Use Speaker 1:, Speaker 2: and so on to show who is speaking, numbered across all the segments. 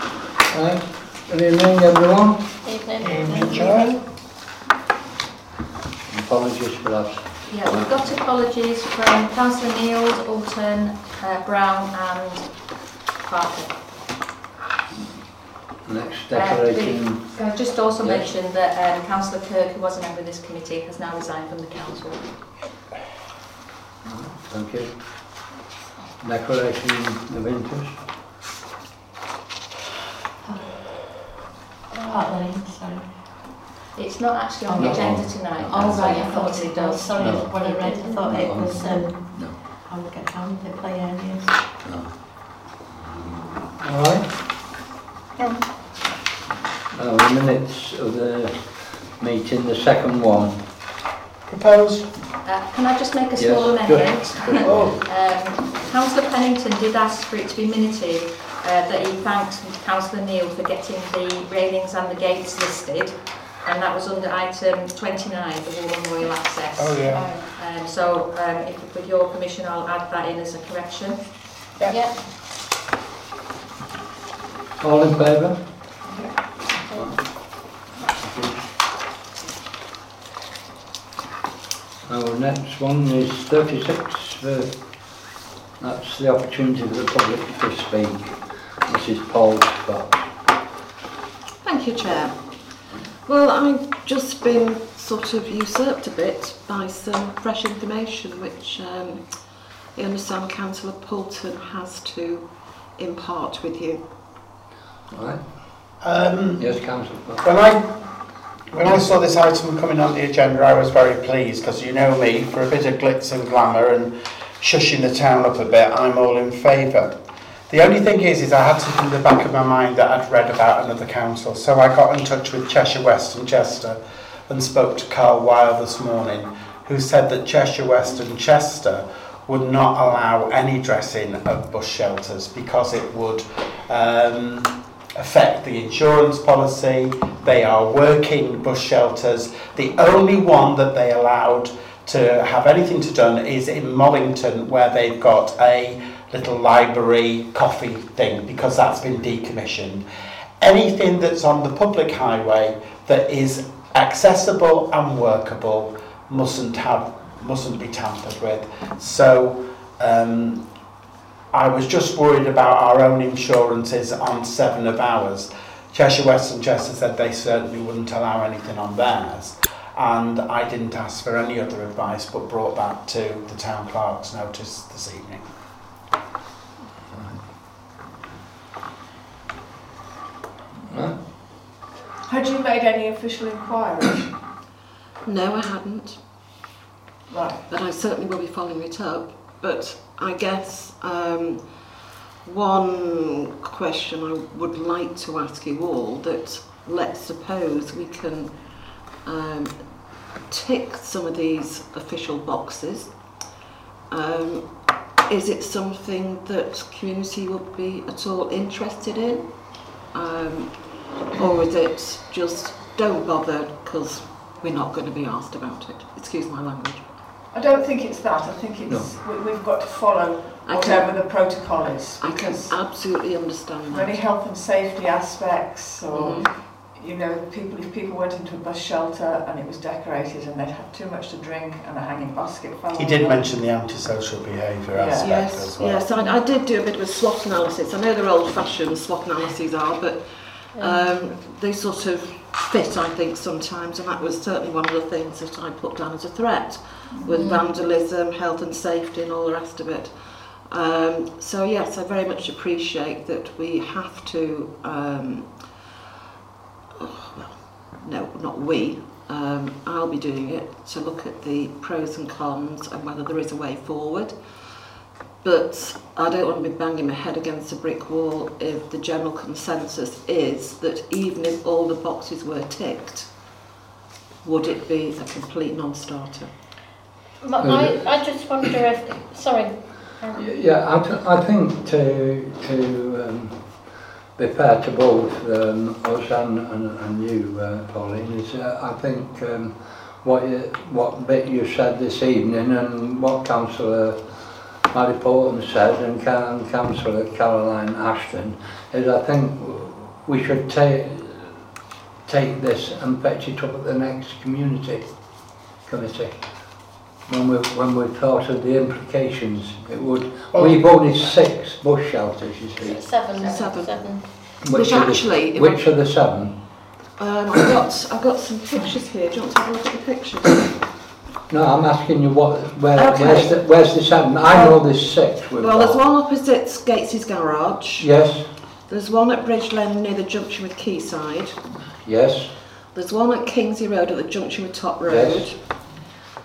Speaker 1: Right. Good evening, everyone.
Speaker 2: Evening.
Speaker 1: Joy. Apologies for that.
Speaker 2: Yeah, we've got apologies from councillor Neils, Alton, uh, Brown and Parker.
Speaker 1: Next
Speaker 2: Uh, we-
Speaker 1: decorating.
Speaker 2: Can I just also
Speaker 1: Yeah.
Speaker 2: mention that um, councillor Kirk, who was a member of this committee, has now resigned from the council.
Speaker 1: Thank you. Decoration of interest.
Speaker 3: Hotline, sorry.
Speaker 2: It's not actually on the
Speaker 1: No.
Speaker 2: agenda tonight.
Speaker 3: Oh,
Speaker 2: that's
Speaker 3: right,
Speaker 2: why
Speaker 3: I thought it
Speaker 2: does.
Speaker 3: was, sorry,
Speaker 1: No.
Speaker 3: when I read, I thought it was, um,
Speaker 1: No.
Speaker 3: I would get down to play areas.
Speaker 1: All right. Now, Uh, the minutes of the meeting, the second one.
Speaker 4: Proposed.
Speaker 2: Uh, Can I just make a
Speaker 1: Yes,
Speaker 2: small
Speaker 1: go
Speaker 2: amendment?
Speaker 4: Oh,
Speaker 2: Um, Councillor Pennington did ask for it to be minuted, uh, that he thanked councillor Neil for getting the railings and the gates listed, and that was under item 29, the wall and royal access.
Speaker 4: oh yeah.
Speaker 2: Um, so, um, if, with your permission, I'll add that in as a correction.
Speaker 3: Yeah.
Speaker 1: All in favour? Our next one is 36, uh, that's the opportunity for the public to speak. This is Paul Scott.
Speaker 5: Thank you, Chair. Well, I've just been sort of usurped a bit by some fresh information which um, I understand Councillor Poulton has to impart with you.
Speaker 1: All right?
Speaker 4: Um,
Speaker 1: Yes, councillor Scott.
Speaker 4: when I when I saw this item coming on the agenda, I was very pleased because you know me for a bit of glitz and glamour and shushing the town up a bit. I'm all in favour. The only thing is, is I had something in the back of my mind that I'd read about another council, so I got in touch with Cheshire West and Chester and spoke to Carl Weil this morning, who said that Cheshire West and Chester would not allow any dressing of bus shelters because it would um, affect the insurance policy. They are working bus shelters. The only one that they allowed to have anything to done is in Mollington, where they've got a little library coffee thing because that's been decommissioned. Anything that's on the public highway that is accessible and workable mustn't have mustn't be tampered with. So um, I was just worried about our own insurances on seven of ours. Cheshire West and Chester said they certainly wouldn't allow anything on theirs. And I didn't ask for any other advice but brought that to the town clerk's notice this evening.
Speaker 1: Right?
Speaker 6: Had you made any official inquiries?
Speaker 5: No, I hadn't,
Speaker 6: right.
Speaker 5: but I certainly will be following it up. But I guess um, one question I would like to ask you all that let's suppose we can um, tick some of these official boxes. Um, is it something that community would be at all interested in? Um, or is it just don't bother because we're not going to be asked about it? Excuse my language.
Speaker 6: I don't think it's that. I think it's we, we've got to follow
Speaker 5: I
Speaker 6: whatever the protocol is
Speaker 5: I can
Speaker 6: because
Speaker 5: absolutely understand
Speaker 6: any
Speaker 5: that.
Speaker 6: health and safety aspects or
Speaker 5: Mhm.
Speaker 6: you know people if people went into a bus shelter and it was decorated and they'd had too much to drink and a hanging basket fell.
Speaker 4: He
Speaker 6: on
Speaker 4: did
Speaker 6: them.
Speaker 4: mention the antisocial behaviour
Speaker 6: Yeah.
Speaker 4: aspect
Speaker 5: Yes,
Speaker 4: as well.
Speaker 5: yes, I, I did do a bit of a SWOT analysis. I know they're old-fashioned SWOT analyses are, but um, they sort of fit, I think, sometimes, and that was certainly one of the things that I put down as a threat, with vandalism, health and safety, and all the rest of it. Um, so yes, I very much appreciate that we have to. Um, oh, well, no, not we. Um, I'll be doing it to look at the pros and cons and whether there is a way forward. But I don't want to be banging my head against a brick wall if the general consensus is that even if all the boxes were ticked, would it be a complete non-starter?
Speaker 7: Ma- I, I just wonder if, sorry,
Speaker 1: Y- Yeah, I, th- I think to, to um, be fair to both um, us and, and, and you, uh, Pauline, is uh, I think um, what you, what bit you said this evening and what Councillor Mary Portman said and, Ca- and Councillor Caroline Ashton is I think w- we should take take this and fetch it up at the next community committee. When we when we thought of the implications, it would.
Speaker 4: Well-
Speaker 1: we voted six bush shelters, you see.
Speaker 7: Seven,
Speaker 5: Seven.
Speaker 7: seven.
Speaker 5: Which
Speaker 1: are the-
Speaker 5: actually-
Speaker 1: which are the seven?
Speaker 5: Um, I've got I've got some pictures here. Do you want to have a look at the pictures?
Speaker 1: No, I'm asking you what where
Speaker 5: Okay.
Speaker 1: where's the where's the seven? I know there's six. we've
Speaker 5: Well, there's
Speaker 1: got.
Speaker 5: one opposite Gates's garage.
Speaker 1: Yes,
Speaker 5: There's one at Bridge Lane near the junction with Quayside.
Speaker 1: yes,
Speaker 5: There's one at Kingsley Road at the junction with Top Road.
Speaker 1: Yes.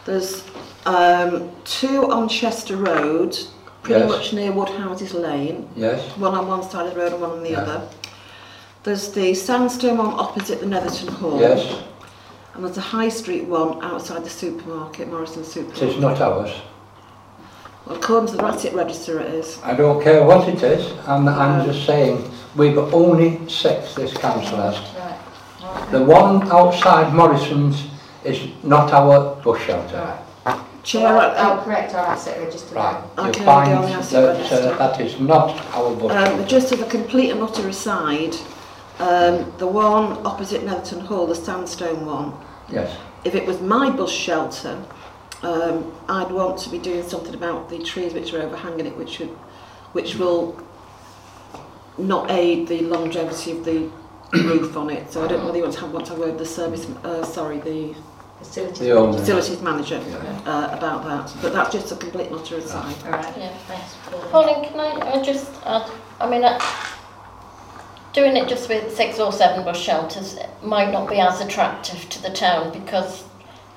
Speaker 5: There's um, two on Chester Road, pretty
Speaker 1: Yes.
Speaker 5: much near Woodhouses Lane,
Speaker 1: yes,
Speaker 5: one on one side of the road and one on the
Speaker 1: Yeah.
Speaker 5: other. There's the sandstone one opposite the Netherton Hall.
Speaker 1: yes.
Speaker 5: And there's a High Street one outside the supermarket, Morrison
Speaker 1: It is
Speaker 5: Supermarket.
Speaker 1: not ours.
Speaker 5: Well, according to the Ratchet Register, it is.
Speaker 1: I don't care what it is. I'm I'm
Speaker 5: No.
Speaker 1: just saying we've only six. This council has.
Speaker 6: Right.
Speaker 1: The one outside Morrison's is not our bush shelter.
Speaker 2: Right.
Speaker 5: Chair,
Speaker 2: I'll
Speaker 5: uh,
Speaker 2: correct our asset register.
Speaker 1: Right, you
Speaker 5: Okay, I'll
Speaker 1: find
Speaker 5: be on the outside
Speaker 1: that uh,
Speaker 5: register.
Speaker 1: that is not our bush
Speaker 5: Um,
Speaker 1: shelter.
Speaker 5: just as a complete and utter aside, um, the one opposite Netherton Hall, the sandstone one,
Speaker 1: Yes,
Speaker 5: if it was my bus shelter, um, I'd want to be doing something about the trees which are overhanging it, which would, which will not aid the longevity of the roof on it. So I don't know whether you want to have, want to have a word with the service, uh, sorry, the
Speaker 2: Facilities.
Speaker 1: the owner.
Speaker 5: facilities manager
Speaker 1: Yeah. Ah.
Speaker 5: uh, about that. But that's just a complete and utter aside.
Speaker 2: All right.
Speaker 7: Yeah.
Speaker 2: Thanks. Paul.
Speaker 7: Pauline, can I, I just add, I mean, uh, doing it just with six or seven bus shelters might not be as attractive to the town because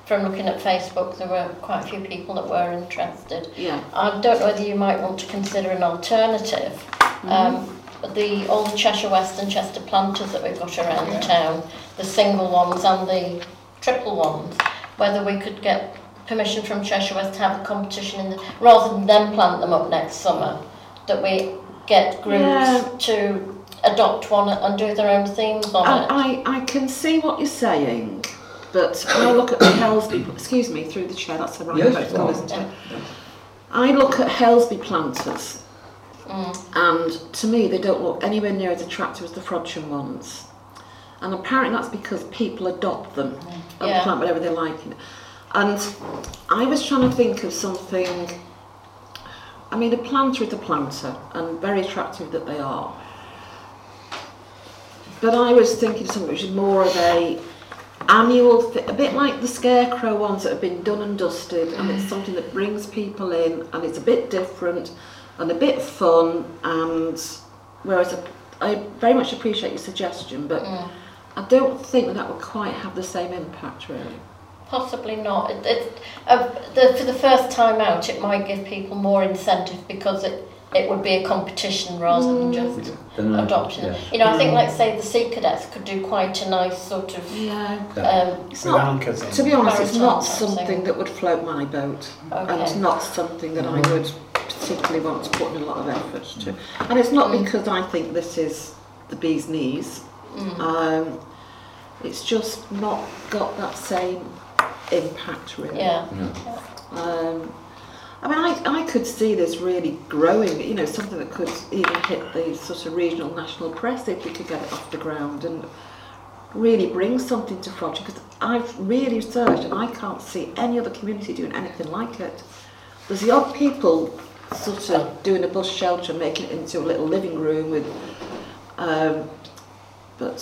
Speaker 7: from looking at Facebook, there were quite a few people that were interested.
Speaker 5: Yeah.
Speaker 7: I don't know whether you might want to consider an alternative.
Speaker 5: Mm-hmm.
Speaker 7: Um, but the all the Cheshire West and Chester planters that we've got around the town, the single ones and the triple ones, whether we could get permission from Cheshire West to have a competition in the, rather than them plant them up next summer, that we get groups
Speaker 5: Yeah.
Speaker 7: to adopt one and do their own themes on it.
Speaker 5: I, I, I can see what you're saying, but I look at the Helsby, excuse me, through the chair, that's the right
Speaker 1: Yes,
Speaker 5: microphone,
Speaker 1: go on.
Speaker 5: isn't it? I look at Helsby planters,
Speaker 7: Mm,
Speaker 5: and to me, they don't look anywhere near as attractive as the Frodsham ones. And apparently, that's because people adopt them and
Speaker 7: Yeah.
Speaker 5: plant whatever they like in it. And I was trying to think of something. I mean, a planter is a planter, and very attractive that they are. But I was thinking something which is more of a annual, thi- a bit like the scarecrow ones that have been done and dusted, and it's something that brings people in, and it's a bit different, and a bit fun, and whereas I, I very much appreciate your suggestion, but
Speaker 7: mm.
Speaker 5: I don't think that, that would quite have the same impact, really.
Speaker 7: Possibly not. It, it, uh, the, for the first time out, it might give people more incentive because it, it would be a competition rather than just
Speaker 1: Then, uh,
Speaker 7: adoption.
Speaker 1: yes.
Speaker 7: You know, I think, like, say, the Sea Cadets could do quite a nice sort of.
Speaker 5: Yeah,
Speaker 7: Um,
Speaker 5: it's
Speaker 4: With
Speaker 5: not.
Speaker 4: anchors in.
Speaker 5: To be honest, it's not
Speaker 7: Maritime type
Speaker 5: something
Speaker 7: thing.
Speaker 5: that would float my boat, and it's
Speaker 7: Okay.
Speaker 5: not something that I would particularly want to put in a lot of effort to. And it's not because I think this is the bee's knees.
Speaker 7: Mm.
Speaker 5: Um, it's just not got that same impact, really.
Speaker 7: yeah.
Speaker 5: Um, I mean, I, I could see this really growing, you know, something that could even hit the sort of regional national press if we could get it off the ground and really bring something to Frodsham because I've really searched and I can't see any other community doing anything like it. There's the odd people sort of doing a bus shelter, making it into a little living room with, um, but,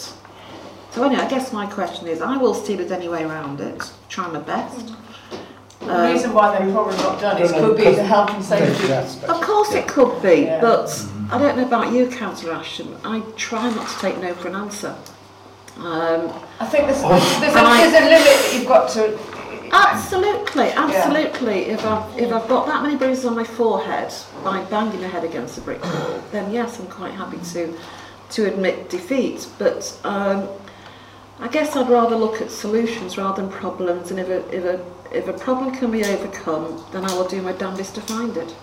Speaker 5: so anyway, I guess my question is, I will see if there's any way around it, try my best.
Speaker 6: The reason why they're probably not done is could be the health and safety
Speaker 4: Yes,
Speaker 5: Of course it could be,
Speaker 6: Yeah.
Speaker 5: but I don't know about you, Councillor Ashton. I try not to take no for an answer. Um,
Speaker 6: I think there's,
Speaker 4: Oh.
Speaker 6: there's, a,
Speaker 5: Right.
Speaker 6: there's a limit that you've got to.
Speaker 5: absolutely, absolutely. If I've if I've got that many bruises on my forehead by banging my head against a brick wall, then yes, I'm quite happy to to admit defeat. But um, I guess I'd rather look at solutions rather than problems. And if a if a if a problem can be overcome, then I will do my damnedest to find it.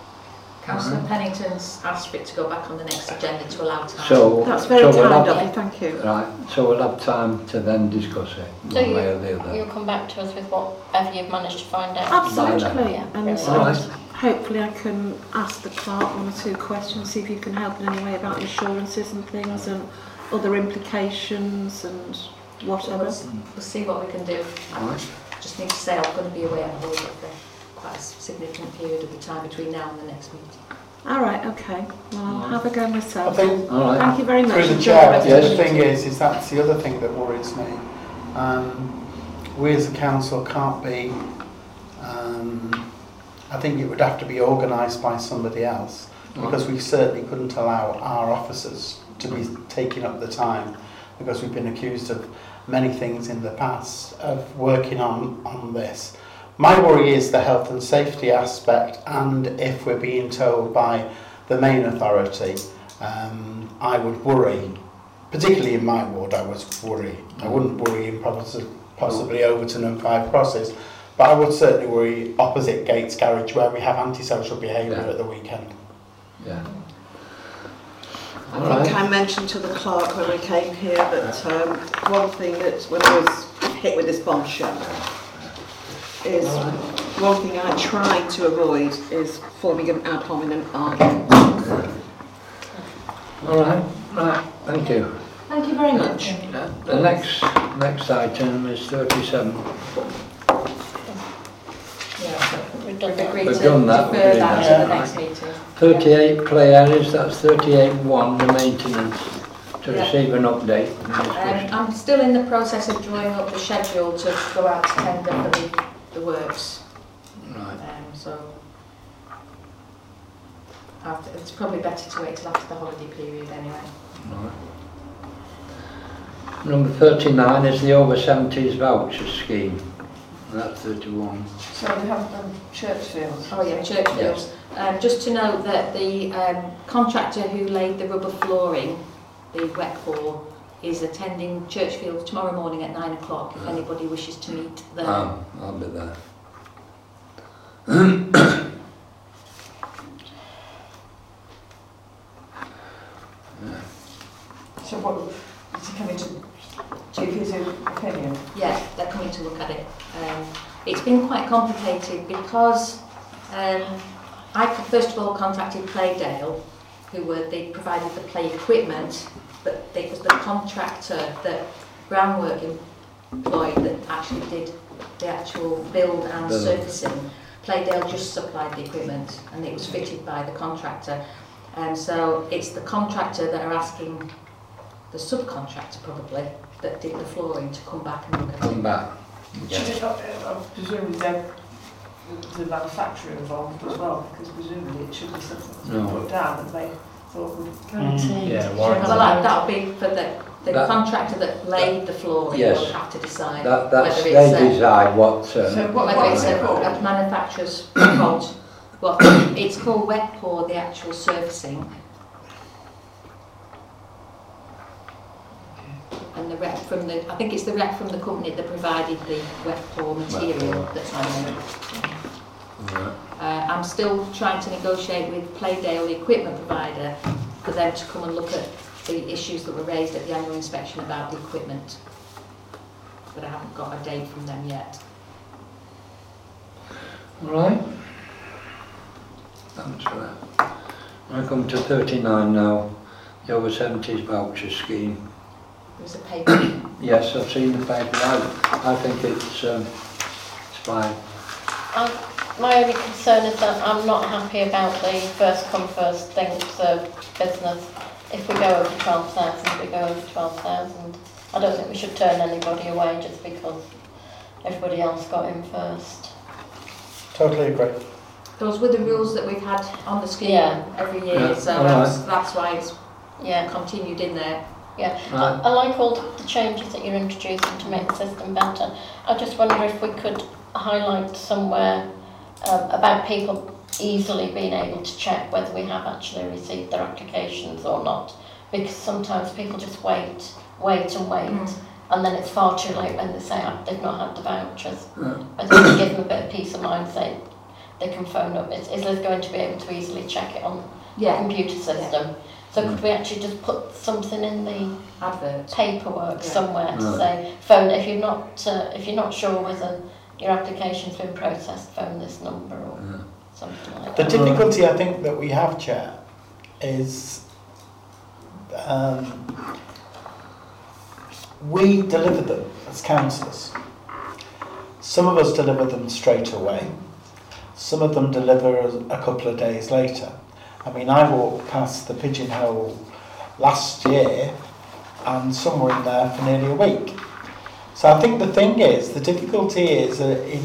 Speaker 2: Councillor
Speaker 1: Mm-hmm.
Speaker 2: Pennington's asked for it to go back on the next agenda to allow time.
Speaker 1: So
Speaker 5: That's very
Speaker 1: so we'll
Speaker 5: kind
Speaker 1: have-
Speaker 5: of you. Thank you.
Speaker 1: Right, so we'll have time to then discuss it one
Speaker 7: So
Speaker 1: way or the
Speaker 7: you,
Speaker 1: other.
Speaker 7: you'll come back to us with whatever you've managed to find out.
Speaker 5: Absolutely,
Speaker 7: Yeah,
Speaker 5: and
Speaker 7: brilliant.
Speaker 5: so
Speaker 1: Alright.
Speaker 5: hopefully I can ask the clerk one or two questions, see if you can help in any way about insurances and things and other implications and
Speaker 2: So
Speaker 5: whatever.
Speaker 2: we'll, we'll see what we can do.
Speaker 1: Right.
Speaker 2: Just need to say I'm going to be away at the for quite a significant period of the time between now and the next meeting.
Speaker 5: All right, okay. Well, I'll have a go
Speaker 4: I
Speaker 5: myself.
Speaker 4: think
Speaker 1: All right.
Speaker 5: Thank you very much.
Speaker 4: Through the
Speaker 5: Enjoy
Speaker 4: chair,
Speaker 5: rest of
Speaker 1: yes.
Speaker 4: the
Speaker 5: meeting.
Speaker 4: thing is, is that's the other thing that worries me. Um, we as a council can't be, um, I think it would have to be organised by somebody else because we certainly couldn't allow our officers to be taking up the time because we've been accused of many things in the past of working on, on this. My worry is the health and safety aspect and if we're being told by the main authority um, I would worry, particularly in my ward, I was worry. I wouldn't worry in poss- possibly Overton and Five Crosses, but I would certainly worry opposite Gates Garage where we have antisocial behaviour
Speaker 1: Yeah.
Speaker 4: at the weekend.
Speaker 1: Yeah.
Speaker 5: I
Speaker 1: All
Speaker 5: think
Speaker 1: right.
Speaker 5: I mentioned to the clerk when we came here that um, one thing that when I was hit with this bombshell is one thing I try to avoid is forming an ad hominem argument.
Speaker 1: All right. Right. Thank you.
Speaker 5: Thank you very much.
Speaker 1: The next next item is 37.
Speaker 2: Yeah, so
Speaker 7: We've done
Speaker 2: we've
Speaker 7: that.
Speaker 2: agreed to
Speaker 1: We've done that,
Speaker 2: defer
Speaker 1: we've
Speaker 2: that
Speaker 1: done
Speaker 2: to the
Speaker 4: that.
Speaker 2: next meeting.
Speaker 1: 38 play areas, that's 38.1, the maintenance, to
Speaker 2: Yeah.
Speaker 1: receive an update.
Speaker 2: Um, I'm still in the process of drawing up the schedule to go out to tender for the, the works,
Speaker 1: Right.
Speaker 2: um, so. After, it's probably better to wait till after the holiday period anyway.
Speaker 1: Right. Number 39 is the over 70s voucher scheme. That's 31.
Speaker 6: So they haven't done church fields.
Speaker 2: Oh yeah, church fields. Um, just to note that the um, contractor who laid the rubber flooring, the wet floor, is attending church fields tomorrow morning at nine o'clock if
Speaker 1: Yeah.
Speaker 2: anybody wishes to meet them.
Speaker 1: Oh, I'll be there.
Speaker 6: So what, is it coming to GP's opinion?
Speaker 2: Yeah, they're coming to look at it. Um, it's been quite complicated because um, I c- first of all contacted Playdale, who were they provided the play equipment, but it was the contractor that groundwork employed that actually did the actual build and
Speaker 1: Build.
Speaker 2: surfacing. Playdale just supplied the equipment and it was fitted by the contractor. And so it's the contractor that are asking the subcontractor probably that did the flooring to come back and look at it.
Speaker 1: Come back.
Speaker 6: Should
Speaker 1: Yeah.
Speaker 6: it not, uh, presumably they're the manufacturer involved as well, because presumably it should be something that's
Speaker 1: No.
Speaker 6: put down and they thought would
Speaker 4: Mm.
Speaker 3: Guaranteed.
Speaker 1: yeah,
Speaker 2: Well, that, that'll be for the, the
Speaker 1: That-
Speaker 2: contractor that laid the flooring
Speaker 1: Yes.
Speaker 2: will have to decide
Speaker 1: That, that's,
Speaker 2: whether it's
Speaker 1: they
Speaker 2: a,
Speaker 1: decide what,
Speaker 6: So
Speaker 1: um,
Speaker 6: what-
Speaker 2: whether it's
Speaker 6: what's it
Speaker 2: a,
Speaker 6: called?
Speaker 2: a manufacturer's fault. Well, it's called wet pour, the actual surfacing. And the rep from the, I think it's the rep from the company that provided the wet pour material
Speaker 1: pour.
Speaker 2: that's on it.
Speaker 1: Right.
Speaker 2: Uh, I'm still trying to negotiate with Playdale, the equipment provider, for them to come and look at the issues that were raised at the annual inspection about the equipment. But I haven't got a date from them yet.
Speaker 1: All right. Thanks for that. I come to 39 now, the over 70s voucher scheme.
Speaker 2: There was a paper,
Speaker 1: Yes, I've seen the paper. I, I think it's, um, it's fine.
Speaker 7: Um, My only concern is that I'm not happy about the first come, first thing for business. If we go over 12,000, we go over 12,000. I don't think we should turn anybody away just because everybody else got in first.
Speaker 4: Totally agree.
Speaker 2: those were the rules that we've had on the scheme
Speaker 7: Yeah.
Speaker 2: every
Speaker 1: Yeah,
Speaker 2: year, so
Speaker 1: all
Speaker 2: that's, that's why it's
Speaker 7: Yeah.
Speaker 2: continued in there.
Speaker 1: Right.
Speaker 7: I like all the changes that you're introducing to make the system better. I just wonder if we could highlight somewhere um, about people easily being able to check whether we have actually received their applications or not. Because sometimes people just wait, wait and wait,
Speaker 2: Mm.
Speaker 7: and then it's far too late when they say "Ah, they've not had the vouchers.
Speaker 1: Yeah.
Speaker 7: I think give them a bit of peace of mind, say they can phone up. Is, is Liz going to be able to easily check it on the
Speaker 2: Yeah, Mm.
Speaker 7: computer system? So could we actually just put something in the
Speaker 2: advert.
Speaker 7: paperwork
Speaker 2: Yeah.
Speaker 7: somewhere to
Speaker 1: Right.
Speaker 7: say phone if you're not uh, if you're not sure whether your application's been processed phone this number or
Speaker 1: Yeah.
Speaker 7: something like
Speaker 4: The
Speaker 7: that.
Speaker 4: difficulty I think that we have, Chair, is um, we deliver them as councillors. Some of us deliver them straight away. Some of them deliver a a couple of days later. I mean, I walked past the pigeonhole last year and some were in there for nearly a week. So I think the thing is, the difficulty is uh, in,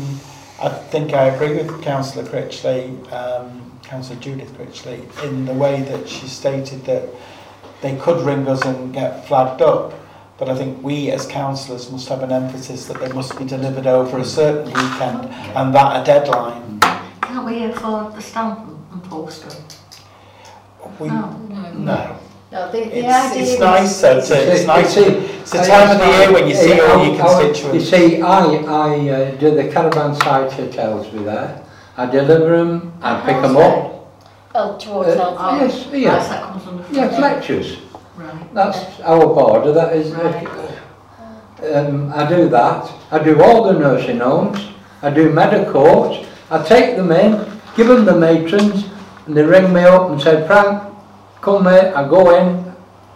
Speaker 4: I think I agree with Councillor Critchley, um, Councillor Judith Critchley, in the way that she stated that they could ring us and get flagged up. But I think we as councillors must have an emphasis that they must be delivered over a certain weekend and that a deadline.
Speaker 3: Can't we afford the stamp and post them?
Speaker 4: We,
Speaker 3: No.
Speaker 4: no.
Speaker 2: No, the, the
Speaker 4: It's,
Speaker 2: idea
Speaker 4: it's
Speaker 2: is-
Speaker 4: nice, so it's, it's nice.
Speaker 1: You see-
Speaker 4: It's the time of the year when you see all your
Speaker 1: I- I- You
Speaker 4: constituents.
Speaker 1: see, I, I uh, do the caravan site at Ellsby there. I deliver them, I
Speaker 3: At
Speaker 1: pick them
Speaker 3: Ellsby?
Speaker 1: up.
Speaker 7: Oh,
Speaker 1: Uh,
Speaker 7: towards North Wales.
Speaker 1: Yes, yes,
Speaker 3: That comes under.
Speaker 1: yeah, Fletcher's.
Speaker 3: Right.
Speaker 1: That's our border, that is.
Speaker 3: Right.
Speaker 1: Um, I do that. I do all the nursing homes. I do medicourt. I take them in, give them the matrons, and they ring me up and say, Frank, come here. I go in.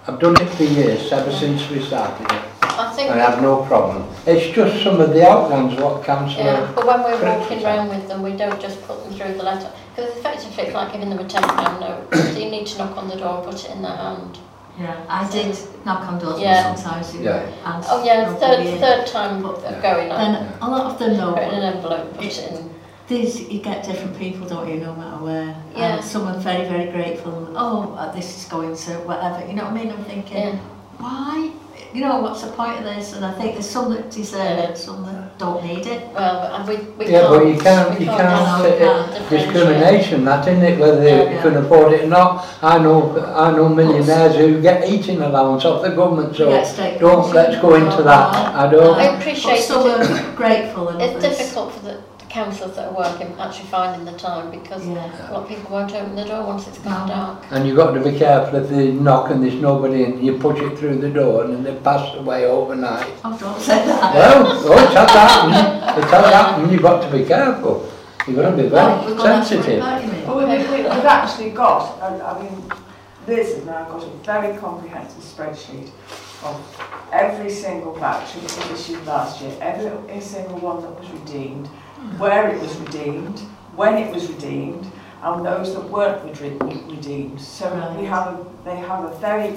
Speaker 1: I've done it for years, ever since we started it.
Speaker 7: I think,
Speaker 1: I have no problem. It's just some of the out ones what
Speaker 7: yeah,
Speaker 1: councillor.
Speaker 7: uh, but when we're
Speaker 1: Correct.
Speaker 7: walking round with them, we don't just put them through the letter. Because effectively, it's like giving them a ten pound note. So you need to knock on the door and put it in their hand.
Speaker 3: Yeah, I did knock on doors
Speaker 7: Yeah.
Speaker 3: sometimes. you know,
Speaker 1: Yeah.
Speaker 3: and
Speaker 7: Oh, yeah,
Speaker 3: rub them
Speaker 7: third,
Speaker 3: in.
Speaker 7: third time of going on.
Speaker 3: Then a lot of them know
Speaker 7: Put it in
Speaker 3: what
Speaker 7: an envelope, put it in.
Speaker 3: These you get different people, don't you? No matter where.
Speaker 7: Yeah.
Speaker 3: And some are very, very grateful. and, Oh, uh, this is going to whatever. You know what I mean? I'm thinking,
Speaker 7: Yeah.
Speaker 3: why? You know, what's the point of this? And I think there's some that deserve it, some that don't need it.
Speaker 7: Well, and we, we can't.
Speaker 1: Yeah, but you can't,
Speaker 7: we
Speaker 1: you can't,
Speaker 3: allow
Speaker 1: it- it-
Speaker 3: that
Speaker 1: discrimination, that isn't it, whether they
Speaker 3: Yeah.
Speaker 1: can afford it or not. I know, I know millionaires who get eating allowance off the government,
Speaker 3: You
Speaker 1: so
Speaker 3: get state
Speaker 1: don't, let's go into that, I
Speaker 3: No.
Speaker 1: don't.
Speaker 7: I appreciate
Speaker 3: But some
Speaker 7: it.
Speaker 3: are grateful and
Speaker 7: It's
Speaker 3: others.
Speaker 7: difficult for the, the councillors that are working actually finding the time because
Speaker 3: Yeah.
Speaker 7: a lot of people won't open the door once it's gone
Speaker 3: No.
Speaker 7: dark.
Speaker 1: And you've got to be careful if they knock and there's nobody in, you push it through the door and then they pass away overnight.
Speaker 3: Oh, don't say that.
Speaker 1: Well, oh, it's had happened, it's had happened, you've got to be careful. You've got to be
Speaker 3: Well,
Speaker 1: very
Speaker 3: we've got that to worry
Speaker 1: sensitive.
Speaker 3: about, you mean?
Speaker 7: Oh,
Speaker 6: Well, we, we, we- we've actually got, and I mean, Liz has now got a very comprehensive spreadsheet of every single voucher that was issued last year, every single one that was redeemed, where it was redeemed, when it was redeemed, and those that weren't rede- redeemed. So we
Speaker 3: Right.
Speaker 6: have a, they have a very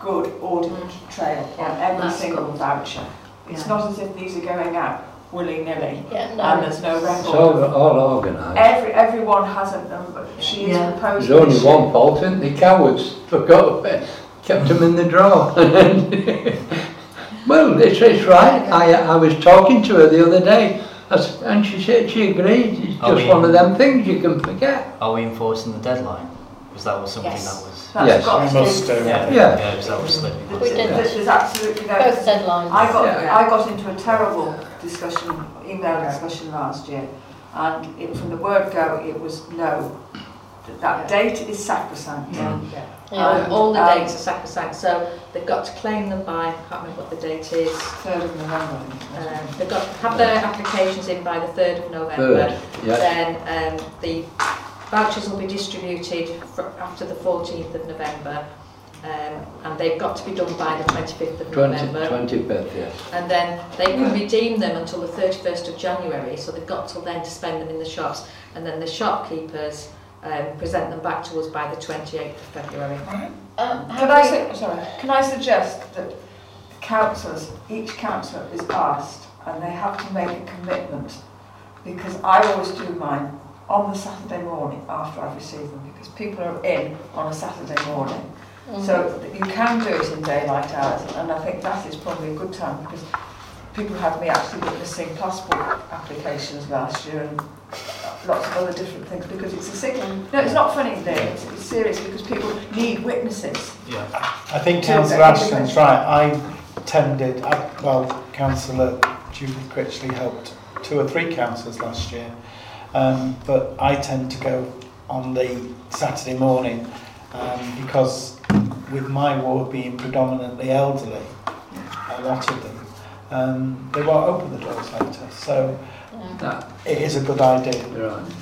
Speaker 6: good audit trail
Speaker 3: Mm. Yeah,
Speaker 6: on every
Speaker 3: that's
Speaker 6: single
Speaker 3: good.
Speaker 6: voucher. It's
Speaker 3: Yeah.
Speaker 6: not as if these are going out willy-nilly
Speaker 7: Yeah,
Speaker 6: and
Speaker 7: no.
Speaker 6: there's no record.
Speaker 1: It's all, all organised.
Speaker 6: Every, everyone has a number. She is
Speaker 3: Yeah.
Speaker 6: proposing.
Speaker 1: There's only
Speaker 6: she-
Speaker 1: one fault, isn't there? Cowards forgot, kept them in the drawer. well, it's, it's right. I, I was talking to her the other day, I s- and she said she agreed. It's
Speaker 8: Oh,
Speaker 1: just
Speaker 8: yeah.
Speaker 1: one of them things you can forget.
Speaker 8: Are we enforcing the deadline? Because that was something
Speaker 7: Yes.
Speaker 8: that was.
Speaker 6: That's
Speaker 1: Yes.
Speaker 6: got to
Speaker 4: We must
Speaker 6: be-
Speaker 4: do.
Speaker 8: Yeah,
Speaker 1: Yeah.
Speaker 8: yeah, 'cause that was slipping.
Speaker 7: We did.
Speaker 6: There's there's absolutely no.
Speaker 7: Both deadlines.
Speaker 6: I got
Speaker 1: Yeah.
Speaker 6: I got into a terrible discussion, email discussion last year, and it, from the word go, it was no. That, that date is sacrosanct.
Speaker 7: Yeah.
Speaker 2: Um, all the
Speaker 6: Um,
Speaker 2: dates are sacrosanct, so they've got to claim them by, I can't remember what the date is,
Speaker 6: Third of November. I think it was.
Speaker 2: um, they've got to have their applications in by the 3rd of November.
Speaker 1: Third, yeah.
Speaker 2: Then um, the vouchers will be distributed fr- after the 14th of November, um, and they've got to be done by the 25th of
Speaker 1: 20,
Speaker 2: November.
Speaker 1: 25th, yes.
Speaker 2: and then they can redeem them until the 31st of January so they've got till then to spend them in the shops and then the shopkeepers um, present them back to us by the 28th of February.
Speaker 7: Um,
Speaker 6: Can
Speaker 7: have
Speaker 6: I,
Speaker 7: we,
Speaker 6: su- sorry, can I suggest that councillors, each councillor is asked and they have to make a commitment because I always do mine on the Saturday morning after I've received them because people are in on a Saturday morning.
Speaker 7: Mm.
Speaker 6: So th- you can do it in daylight hours and I think that is probably a good time because people had me actually witnessing passport applications last year and lots of other different things because it's a signal. No, it's not funny thing, it's, it's serious because people need witnesses.
Speaker 8: Yeah.
Speaker 4: I think Councillor Ashton's right. I tended, I, well, Councillor Judith Critchley helped two or three councillors last year, um, but I tend to go on the Saturday morning um, because with my ward being predominantly elderly, a lot of them, um, they won't open the doors later. So
Speaker 1: That,
Speaker 4: it is a good idea.
Speaker 1: right.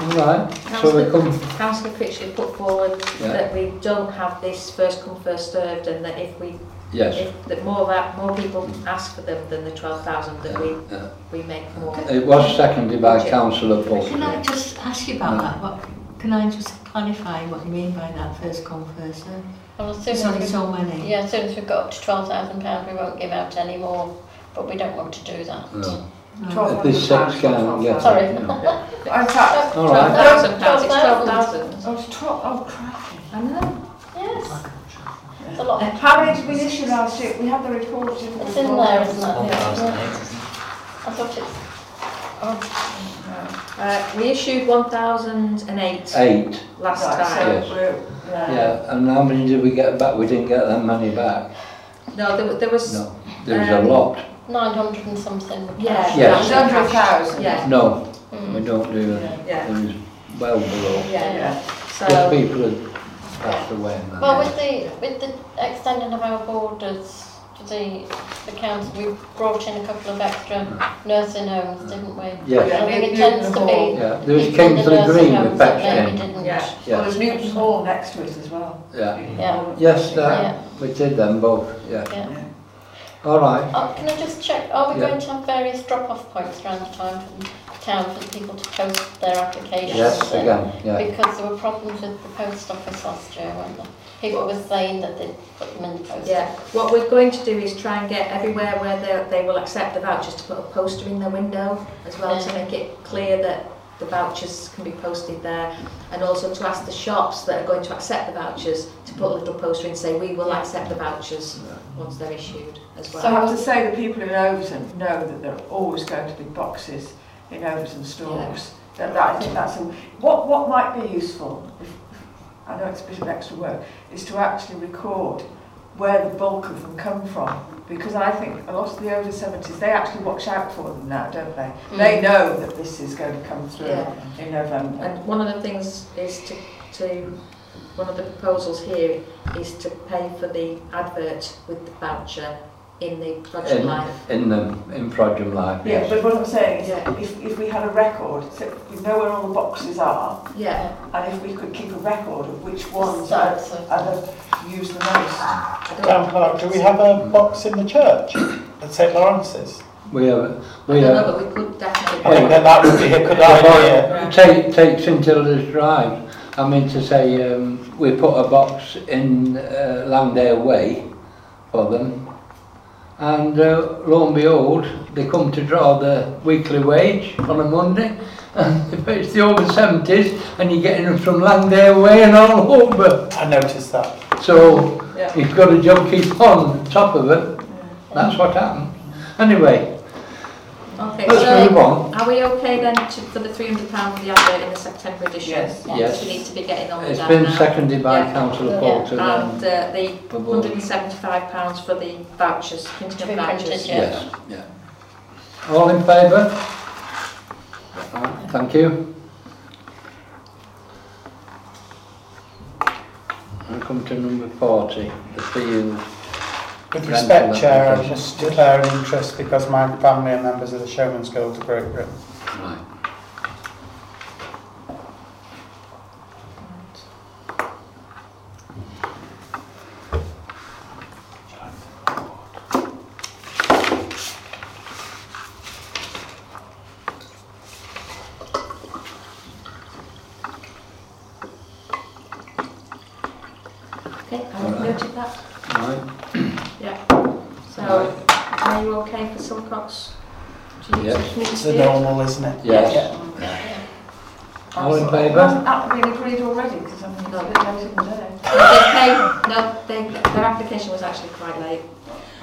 Speaker 1: All right, so we come,
Speaker 2: Councillor Critchley put forward
Speaker 1: Yeah.
Speaker 2: that we don't have this first come, first served and that if we,
Speaker 1: yes.
Speaker 2: if, that more that, more people ask for them than the twelve thousand, that we,
Speaker 1: Yeah.
Speaker 2: we make more.
Speaker 1: It was seconded by councillor
Speaker 3: Can I
Speaker 1: Buckley.
Speaker 3: just ask you about that? What, can I just clarify what you mean by that first come, first served?
Speaker 7: Well, as soon
Speaker 3: There's
Speaker 7: as
Speaker 3: only
Speaker 7: we
Speaker 3: so many.
Speaker 7: Yeah, as soon as we've got up to twelve thousand pounds, we won't give out any more, but we don't want to do that.
Speaker 1: No.
Speaker 3: Right.
Speaker 1: If this sex can get.
Speaker 7: Sorry.
Speaker 1: no.
Speaker 6: I'm taxed.
Speaker 1: All right,
Speaker 2: pounds, it's twelve thousand.
Speaker 6: I was twelve, oh cracking.
Speaker 2: I know,
Speaker 7: Yes. It's a lot.
Speaker 6: How many did we issue last year? We had the report in.
Speaker 7: It's in there, isn't it? Yeah.
Speaker 8: 1,008.
Speaker 7: I thought it's,
Speaker 2: uh, we issued one thousand and eight
Speaker 1: eight,
Speaker 2: last time.
Speaker 6: Right,
Speaker 1: Yes.
Speaker 6: so we're, yeah.
Speaker 1: yeah, and how many did we get back? We didn't get that many back,
Speaker 2: No, there, wa- there was,
Speaker 1: no, there was a
Speaker 7: Um,
Speaker 1: lot,
Speaker 7: nine hundred and something. Mm.
Speaker 2: yeah.
Speaker 1: Yes.
Speaker 6: It was under a thousand.
Speaker 2: Yeah,
Speaker 1: no, we don't do that, it
Speaker 2: yeah,
Speaker 1: was well below,
Speaker 2: yeah,
Speaker 1: because
Speaker 2: so,
Speaker 1: people had passed away and that.
Speaker 7: Well, with the, with the extending of our borders to the, the council, we brought in a couple of extra nursing homes, didn't we?
Speaker 1: Yes,
Speaker 7: I think
Speaker 6: Yeah,
Speaker 7: it tends to be.
Speaker 1: yeah, there was
Speaker 7: people in the
Speaker 1: Kingsley
Speaker 7: nursing
Speaker 1: Green with
Speaker 7: homes that
Speaker 1: Bex
Speaker 7: maybe
Speaker 1: in,
Speaker 7: didn't.
Speaker 2: yeah,
Speaker 6: Well,
Speaker 1: yeah,
Speaker 6: there's Newton Hall next to it as well.
Speaker 1: yeah.
Speaker 7: Yeah.
Speaker 1: Yes,
Speaker 7: Yeah.
Speaker 1: uh, we did them both, yeah.
Speaker 7: Yeah.
Speaker 1: All right,
Speaker 7: Oh, can I just check, are we
Speaker 1: Yeah.
Speaker 7: going to have various drop-off points around the time from town for the people to post their applications?
Speaker 1: yes,
Speaker 7: in?
Speaker 1: again, yeah,
Speaker 7: Because there were problems with the post office last year, weren't there? People were saying that they'd put them in the post.
Speaker 2: yeah. What we're going to do is try and get everywhere where they, they will accept the vouchers to put a poster in their window as well to make it clear that the vouchers can be posted there and also to ask the shops that are going to accept the vouchers to put a little poster and say we will accept the vouchers once they're issued as
Speaker 6: I
Speaker 2: well.
Speaker 6: have to say, the people in Overton know that there are always going to be boxes in Overton stores. That, that, I think that's a, what, what might be useful, if, I know it's a bit of extra work, is to actually record where the bulk of them come from. Because I think a lot of the over 70s, they actually watch out for them now, don't they? They know that this is going to come through
Speaker 2: Mm. Yeah.
Speaker 6: in November.
Speaker 2: And one of the things is to, to, one of the proposals here is to pay for the advert with the voucher in the project
Speaker 1: in,
Speaker 2: life.
Speaker 1: in the, in Prodrum Life,
Speaker 6: yeah,
Speaker 1: yes.
Speaker 6: but what I'm saying is,
Speaker 2: Yeah.
Speaker 6: if, if we had a record, so we know where all the boxes are,
Speaker 2: Yeah,
Speaker 6: and if we could keep a record of which ones are
Speaker 7: Starts of-
Speaker 6: and use the most.
Speaker 2: I don't,
Speaker 4: Dan Clark, do we have a box in the church at St Lawrence's?
Speaker 1: We have,
Speaker 2: I
Speaker 1: we
Speaker 2: don't
Speaker 1: have,
Speaker 2: know, but we could
Speaker 4: I think
Speaker 2: definitely.
Speaker 4: that that would be a good idea.
Speaker 1: it take, takes until this drive. I mean to say, um, we put a box in uh, Langdale Way for them. And uh, lo and behold, they come to draw the weekly wage on a Monday. And if it's the over seventies and you're getting them from Langdale Way and all over.
Speaker 4: I noticed that.
Speaker 1: So he's got a junkie on the top of it. That's what happened. Anyway,
Speaker 2: Okay,
Speaker 1: let's move
Speaker 2: so
Speaker 1: on.
Speaker 2: are we okay then to, for the three hundred pound for the advert in the September edition?
Speaker 6: Yes.
Speaker 1: Yes.
Speaker 2: We need to be getting on with
Speaker 1: It's
Speaker 2: that
Speaker 1: been
Speaker 2: now.
Speaker 1: seconded um, by
Speaker 2: Yeah.
Speaker 1: councillor
Speaker 7: Yeah.
Speaker 1: Porter.
Speaker 2: And
Speaker 1: then-
Speaker 2: uh, the hundred and seventy-five pounds for the vouchers,
Speaker 7: To
Speaker 2: printing
Speaker 7: be
Speaker 2: of
Speaker 7: printed,
Speaker 2: vouchers.
Speaker 7: yeah.
Speaker 1: Yes, yeah. All in favour? Thank you. I come to number forty, the PU.
Speaker 4: With
Speaker 1: Rental
Speaker 4: respect, Chair, I
Speaker 1: application.
Speaker 4: just declare an interest because my family are members of the Showman's Guild of Great Britain.
Speaker 1: Right.
Speaker 2: Okay, I have noted that,
Speaker 1: Right,
Speaker 2: so are you okay for Silcox? Do you-
Speaker 1: Yeah.
Speaker 2: do you need to
Speaker 4: It's
Speaker 2: do
Speaker 4: the
Speaker 2: it?
Speaker 4: normal, isn't it?
Speaker 1: yes. All in favour?
Speaker 6: Hasn't that been agreed already? Because I'm a bit late in the day.
Speaker 2: They pay, no, they, their application was actually quite late.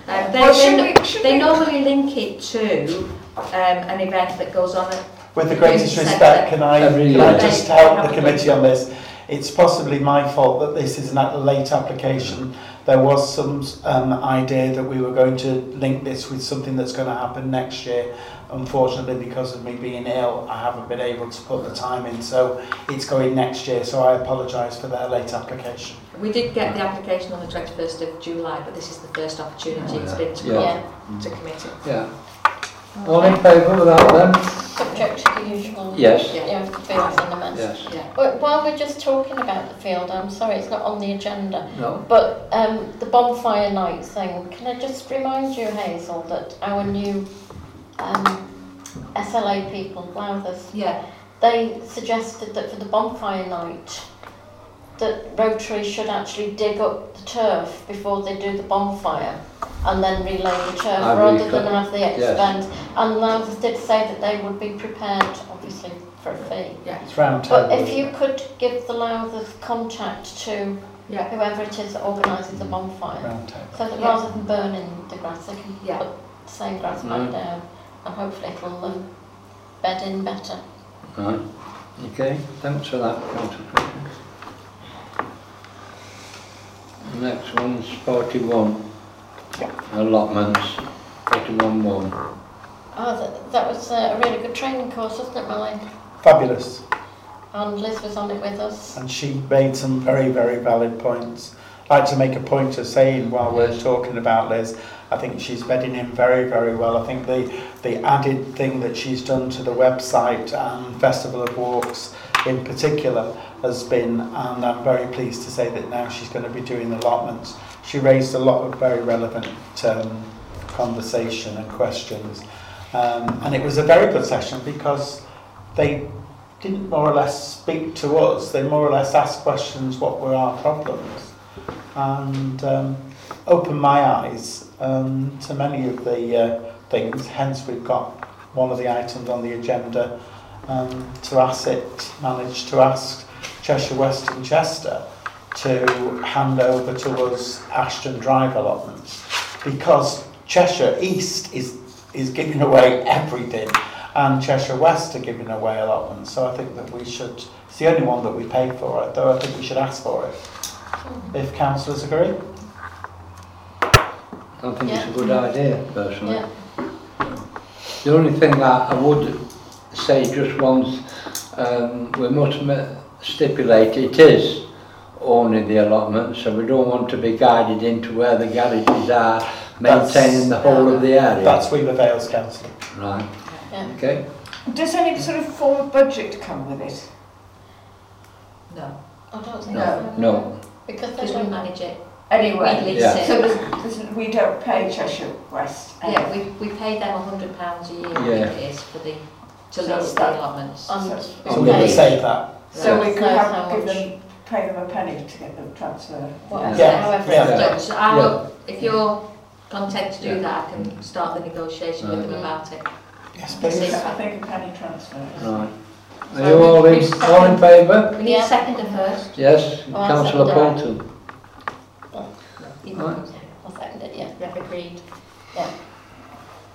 Speaker 2: Um, they,
Speaker 6: Well,
Speaker 2: they,
Speaker 6: should
Speaker 2: no-
Speaker 6: we- should
Speaker 2: they
Speaker 6: we-
Speaker 2: normally link it to um, an event that goes on at
Speaker 4: With the greatest respect, can I,
Speaker 1: Every
Speaker 4: can I
Speaker 1: year.
Speaker 4: just help the committee on this? It's possibly my fault that this is a late application. There was some um, idea that we were going to link this with something that's going to happen next year. Unfortunately, because of me being ill, I haven't been able to put the time in, so it's going next year. So I apologise for their late application.
Speaker 2: We did get the application on the 21st of July, but this is the first opportunity it's been to,
Speaker 1: Yeah.
Speaker 2: to commit it.
Speaker 1: Yeah. All in favour of that then?
Speaker 7: So subject to the usual.
Speaker 1: Yes.
Speaker 7: Yeah, fields and the mess.
Speaker 1: Yes.
Speaker 7: But while we're just talking about the field, I'm sorry, it's not on the agenda.
Speaker 1: No.
Speaker 7: But um, the bonfire night thing, can I just remind you, Hazel, that our new um, SLA people, Lowthers,
Speaker 2: Yeah.
Speaker 7: they suggested that for the bonfire night, that Rotary should actually dig up the turf before they do the bonfire and then relay the turf
Speaker 1: Ah,
Speaker 7: rather
Speaker 1: reclaim-
Speaker 7: than have the
Speaker 1: yes.
Speaker 7: expense. And Lowthers did say that they would be prepared, obviously, for a fee.
Speaker 4: It's round table.
Speaker 7: But if you could give the Lowthers contact to
Speaker 2: Yeah.
Speaker 7: whoever it is that organises the bonfire,
Speaker 4: Round table.
Speaker 7: so that
Speaker 2: Yeah.
Speaker 7: rather than burning the grass, they can
Speaker 2: Yeah.
Speaker 7: put the same grass back
Speaker 1: Mm.
Speaker 7: down and hopefully it'll um, bed in better.
Speaker 1: Right. Okay, thanks for that, Councillor Cushing. Next one's forty-one. Allotments, forty-one one.
Speaker 7: Oh, that, that was uh, a really good training course, wasn't it, Molly?
Speaker 4: Fabulous.
Speaker 7: And Liz was on it with us.
Speaker 4: And she made some very, very valid points. I'd like to make a point of saying while we're talking about Liz, I think she's bedding in very, very well. I think the, the added thing that she's done to the website and Festival of Walks in particular has been, and I'm very pleased to say that now she's going to be doing allotments. She raised a lot of very relevant um, conversation and questions. Um, and it was a very good session because they didn't more or less speak to us. They more or less asked questions what were our problems and um, opened my eyes um, to many of the uh, things. Hence, we've got one of the items on the agenda um, to asset managed to ask Cheshire West and Chester to hand over to us Ashton Drive allotments because Cheshire East is is giving away everything and Cheshire West are giving away allotments. So I think that we should. It's the only one that we pay for it, though I think we should ask for it. If councillors agree?
Speaker 1: I think it's a
Speaker 7: Yeah.
Speaker 1: good idea, personally.
Speaker 7: Yeah.
Speaker 1: The only thing I, I would say just once, um, we must ma- stipulate it is only the allotment, so we don't want to be guided into where the garages are, maintaining the whole of the area.
Speaker 4: That's Weaver Vales council.
Speaker 1: Right.
Speaker 7: Yeah.
Speaker 1: Okay.
Speaker 6: Does any sort of form of budget come with it?
Speaker 2: No.
Speaker 7: I don't think
Speaker 6: No,
Speaker 7: so.
Speaker 1: No.
Speaker 7: Because they
Speaker 2: Because we
Speaker 7: don't manage.
Speaker 2: manage it.
Speaker 6: Anyway,
Speaker 2: We lease
Speaker 1: Yeah.
Speaker 2: it.
Speaker 6: so there's, there's, we don't pay Cheshire West. any-
Speaker 2: Yeah, we, we pay them a hundred pounds a year, I
Speaker 1: Yeah.
Speaker 2: think it is, for the, to
Speaker 6: So Oh.
Speaker 2: lease
Speaker 6: that-
Speaker 2: the allotments.
Speaker 7: And
Speaker 4: So
Speaker 1: Okay.
Speaker 4: we would
Speaker 7: pay
Speaker 4: say that.
Speaker 6: So we
Speaker 7: Yeah.
Speaker 6: could
Speaker 7: Knows
Speaker 6: have,
Speaker 7: how
Speaker 6: give
Speaker 7: much.
Speaker 6: them, pay them a penny to get them transferred.
Speaker 7: whatever,
Speaker 4: Yeah.
Speaker 7: however
Speaker 4: Yeah.
Speaker 7: it's done.
Speaker 2: So so I
Speaker 1: Yeah.
Speaker 2: will, if you're content to
Speaker 1: Yeah.
Speaker 2: do that, I can start the negotiation with them
Speaker 7: Mm.
Speaker 2: about it.
Speaker 4: Yes,
Speaker 2: please.
Speaker 6: I think a penny transfer.
Speaker 1: Right.
Speaker 2: So
Speaker 1: Are you all in,
Speaker 2: we- we
Speaker 1: all in favour?
Speaker 2: We need
Speaker 7: Yeah.
Speaker 2: a seconder first.
Speaker 1: Yes,
Speaker 7: Well,
Speaker 1: councillor
Speaker 7: second, aye.
Speaker 1: Poulton.
Speaker 2: You
Speaker 1: Right.
Speaker 2: can-
Speaker 7: I'll second it, yeah.
Speaker 2: They've agreed.
Speaker 7: Yeah.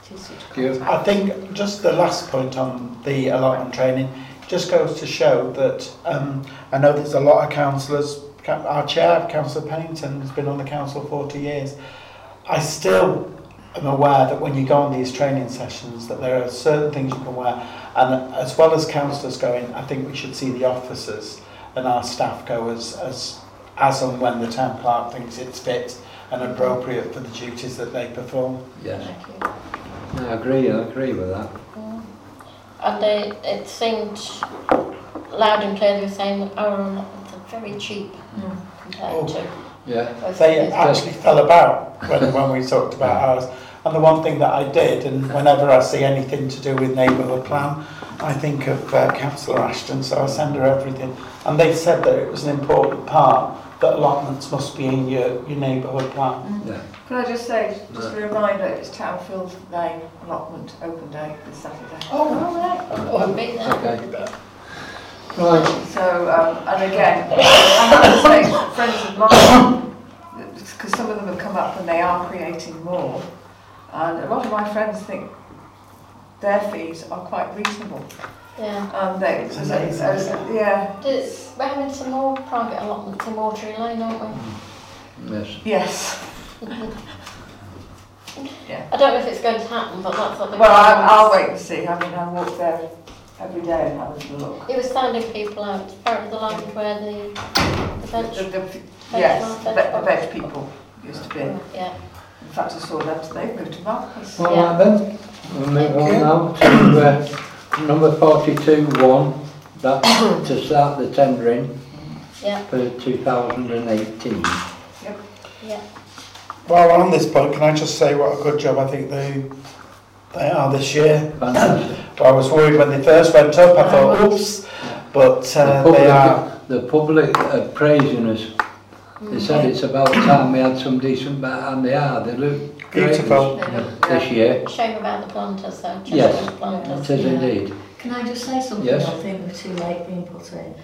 Speaker 2: Two suit
Speaker 1: Do you-
Speaker 4: I think just the last point on the allotment training just goes to show that um, I know there's a lot of councillors. Ca- Our chair, Councillor Pennington, has been on the council 40 years. I still am aware that when you go on these training sessions, that there are certain things you can wear, and as well as councillors going, I think we should see the officers and our staff go as as as and when the town clerk thinks it's fit and appropriate for the duties that they perform.
Speaker 1: Yes,
Speaker 7: Thank you.
Speaker 1: I agree, I agree with that.
Speaker 7: And they, it seemed loud and clear, they were saying that our allotments are very cheap
Speaker 2: Mm.
Speaker 7: compared to.
Speaker 1: Yeah,
Speaker 7: us.
Speaker 4: they
Speaker 7: It's
Speaker 4: actually fell about when, when we talked about ours. And the one thing that I did, and whenever I see anything to do with neighbourhood plan, I think of uh, Councillor Ashton, so I send her everything. And they said that it was an important part that allotments must be in your, your neighbourhood plan.
Speaker 1: yeah.
Speaker 6: Can I just say, just a reminder, it's Townfield Lane allotment open day this Saturday.
Speaker 4: Oh,
Speaker 7: Would be there.
Speaker 1: Okay. Right,
Speaker 6: So, um, and again, I have to say, friends of mine, because some of them have come up and they are creating more, and a lot of my friends think their fees are quite reasonable.
Speaker 7: Yeah.
Speaker 6: And they,
Speaker 4: It's
Speaker 6: there's a-
Speaker 4: amazing,
Speaker 6: there's a-
Speaker 4: isn't
Speaker 6: yeah,
Speaker 7: There's- We're having some more private allotments in Watery Lane, aren't we?
Speaker 1: yes.
Speaker 6: yes.
Speaker 7: I don't know if it's going to happen, but that's what they.
Speaker 6: Well, I, I'll wait and see. I mean, I walk there every day and have a look.
Speaker 7: It was standing people out, part of the land where the, the
Speaker 6: The,
Speaker 7: bench.
Speaker 6: the, yes, the,
Speaker 7: veg-
Speaker 6: the veg people used to be. In
Speaker 7: Yeah.
Speaker 6: fact, I saw them today, moved to Marcus.
Speaker 1: All right then, we'll move on now to uh, Number forty-two, one, that's to start the tendering
Speaker 7: Yeah.
Speaker 1: for two thousand and eighteen.
Speaker 4: Well, on this point, can I just say what a good job I think they they are this year?
Speaker 1: Fantastic.
Speaker 4: I was worried when they first went up. I thought, oops, but
Speaker 1: The
Speaker 4: uh, they
Speaker 1: public-
Speaker 4: are.
Speaker 1: The public are praising us. They said it's about time we had some decent, ba- and they are, they look great this-
Speaker 4: Beautiful.
Speaker 1: This year,
Speaker 7: Shame about the planters though, just
Speaker 1: Yes.
Speaker 7: the planters.
Speaker 1: it is
Speaker 3: Yeah.
Speaker 1: indeed.
Speaker 3: Can I just say something?
Speaker 1: Yes.
Speaker 3: I think we're too late being put in.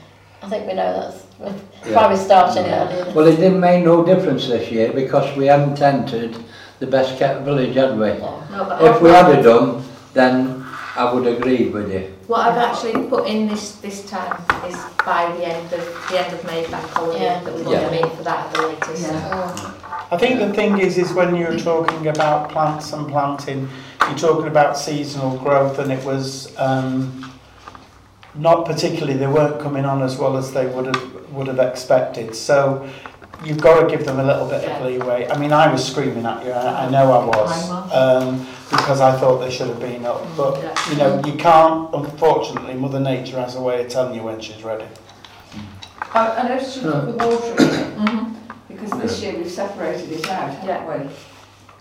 Speaker 7: I think we know that's, we've
Speaker 1: Yeah.
Speaker 7: probably started
Speaker 1: Yeah.
Speaker 7: earlier.
Speaker 1: Well, it didn't make no difference this year because we hadn't entered the best kept village, had we?
Speaker 2: No, but
Speaker 1: If we had have done, then I would agree with you.
Speaker 2: What I've actually put in this, this time is by the end of, the end of May bank holiday,
Speaker 7: Yeah.
Speaker 2: that we're going to
Speaker 1: Yeah.
Speaker 2: meet for that at the latest.
Speaker 3: Yeah.
Speaker 7: Mm.
Speaker 4: I think the thing is, is when you're talking about plants and planting, you're talking about seasonal growth, and it was um, not particularly. They weren't coming on as well as they would have would have expected. So. You've got to give them a little bit of
Speaker 2: Yeah.
Speaker 4: leeway. I mean, I was screaming at you, I, I know I was,
Speaker 3: I was.
Speaker 4: um, because I thought they should have been up. But
Speaker 2: Yeah.
Speaker 4: you know, you can't. Unfortunately, Mother Nature has a way of telling you when she's ready.
Speaker 6: I, I noticed you put the water in it,
Speaker 2: Mhm.
Speaker 6: because this year we've separated it out, haven't we?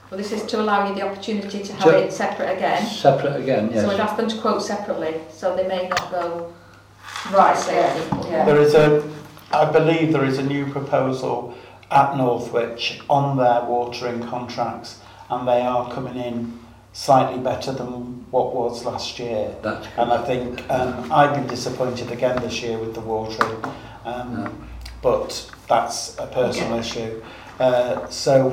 Speaker 2: Well, this is to allow you the opportunity to have
Speaker 1: Ju-
Speaker 2: it separate again.
Speaker 1: Separate again, yes.
Speaker 2: So we'd ask them to quote separately, so they may not go
Speaker 6: Right,
Speaker 2: Say
Speaker 6: yeah,
Speaker 2: it.
Speaker 6: yeah.
Speaker 4: There is a, I believe there is a new proposal at Northwich on their watering contracts, and they are coming in slightly better than what was last year.
Speaker 1: That's
Speaker 4: And I think um, I've been disappointed again this year with the watering, um, but that's a personal issue. Uh, so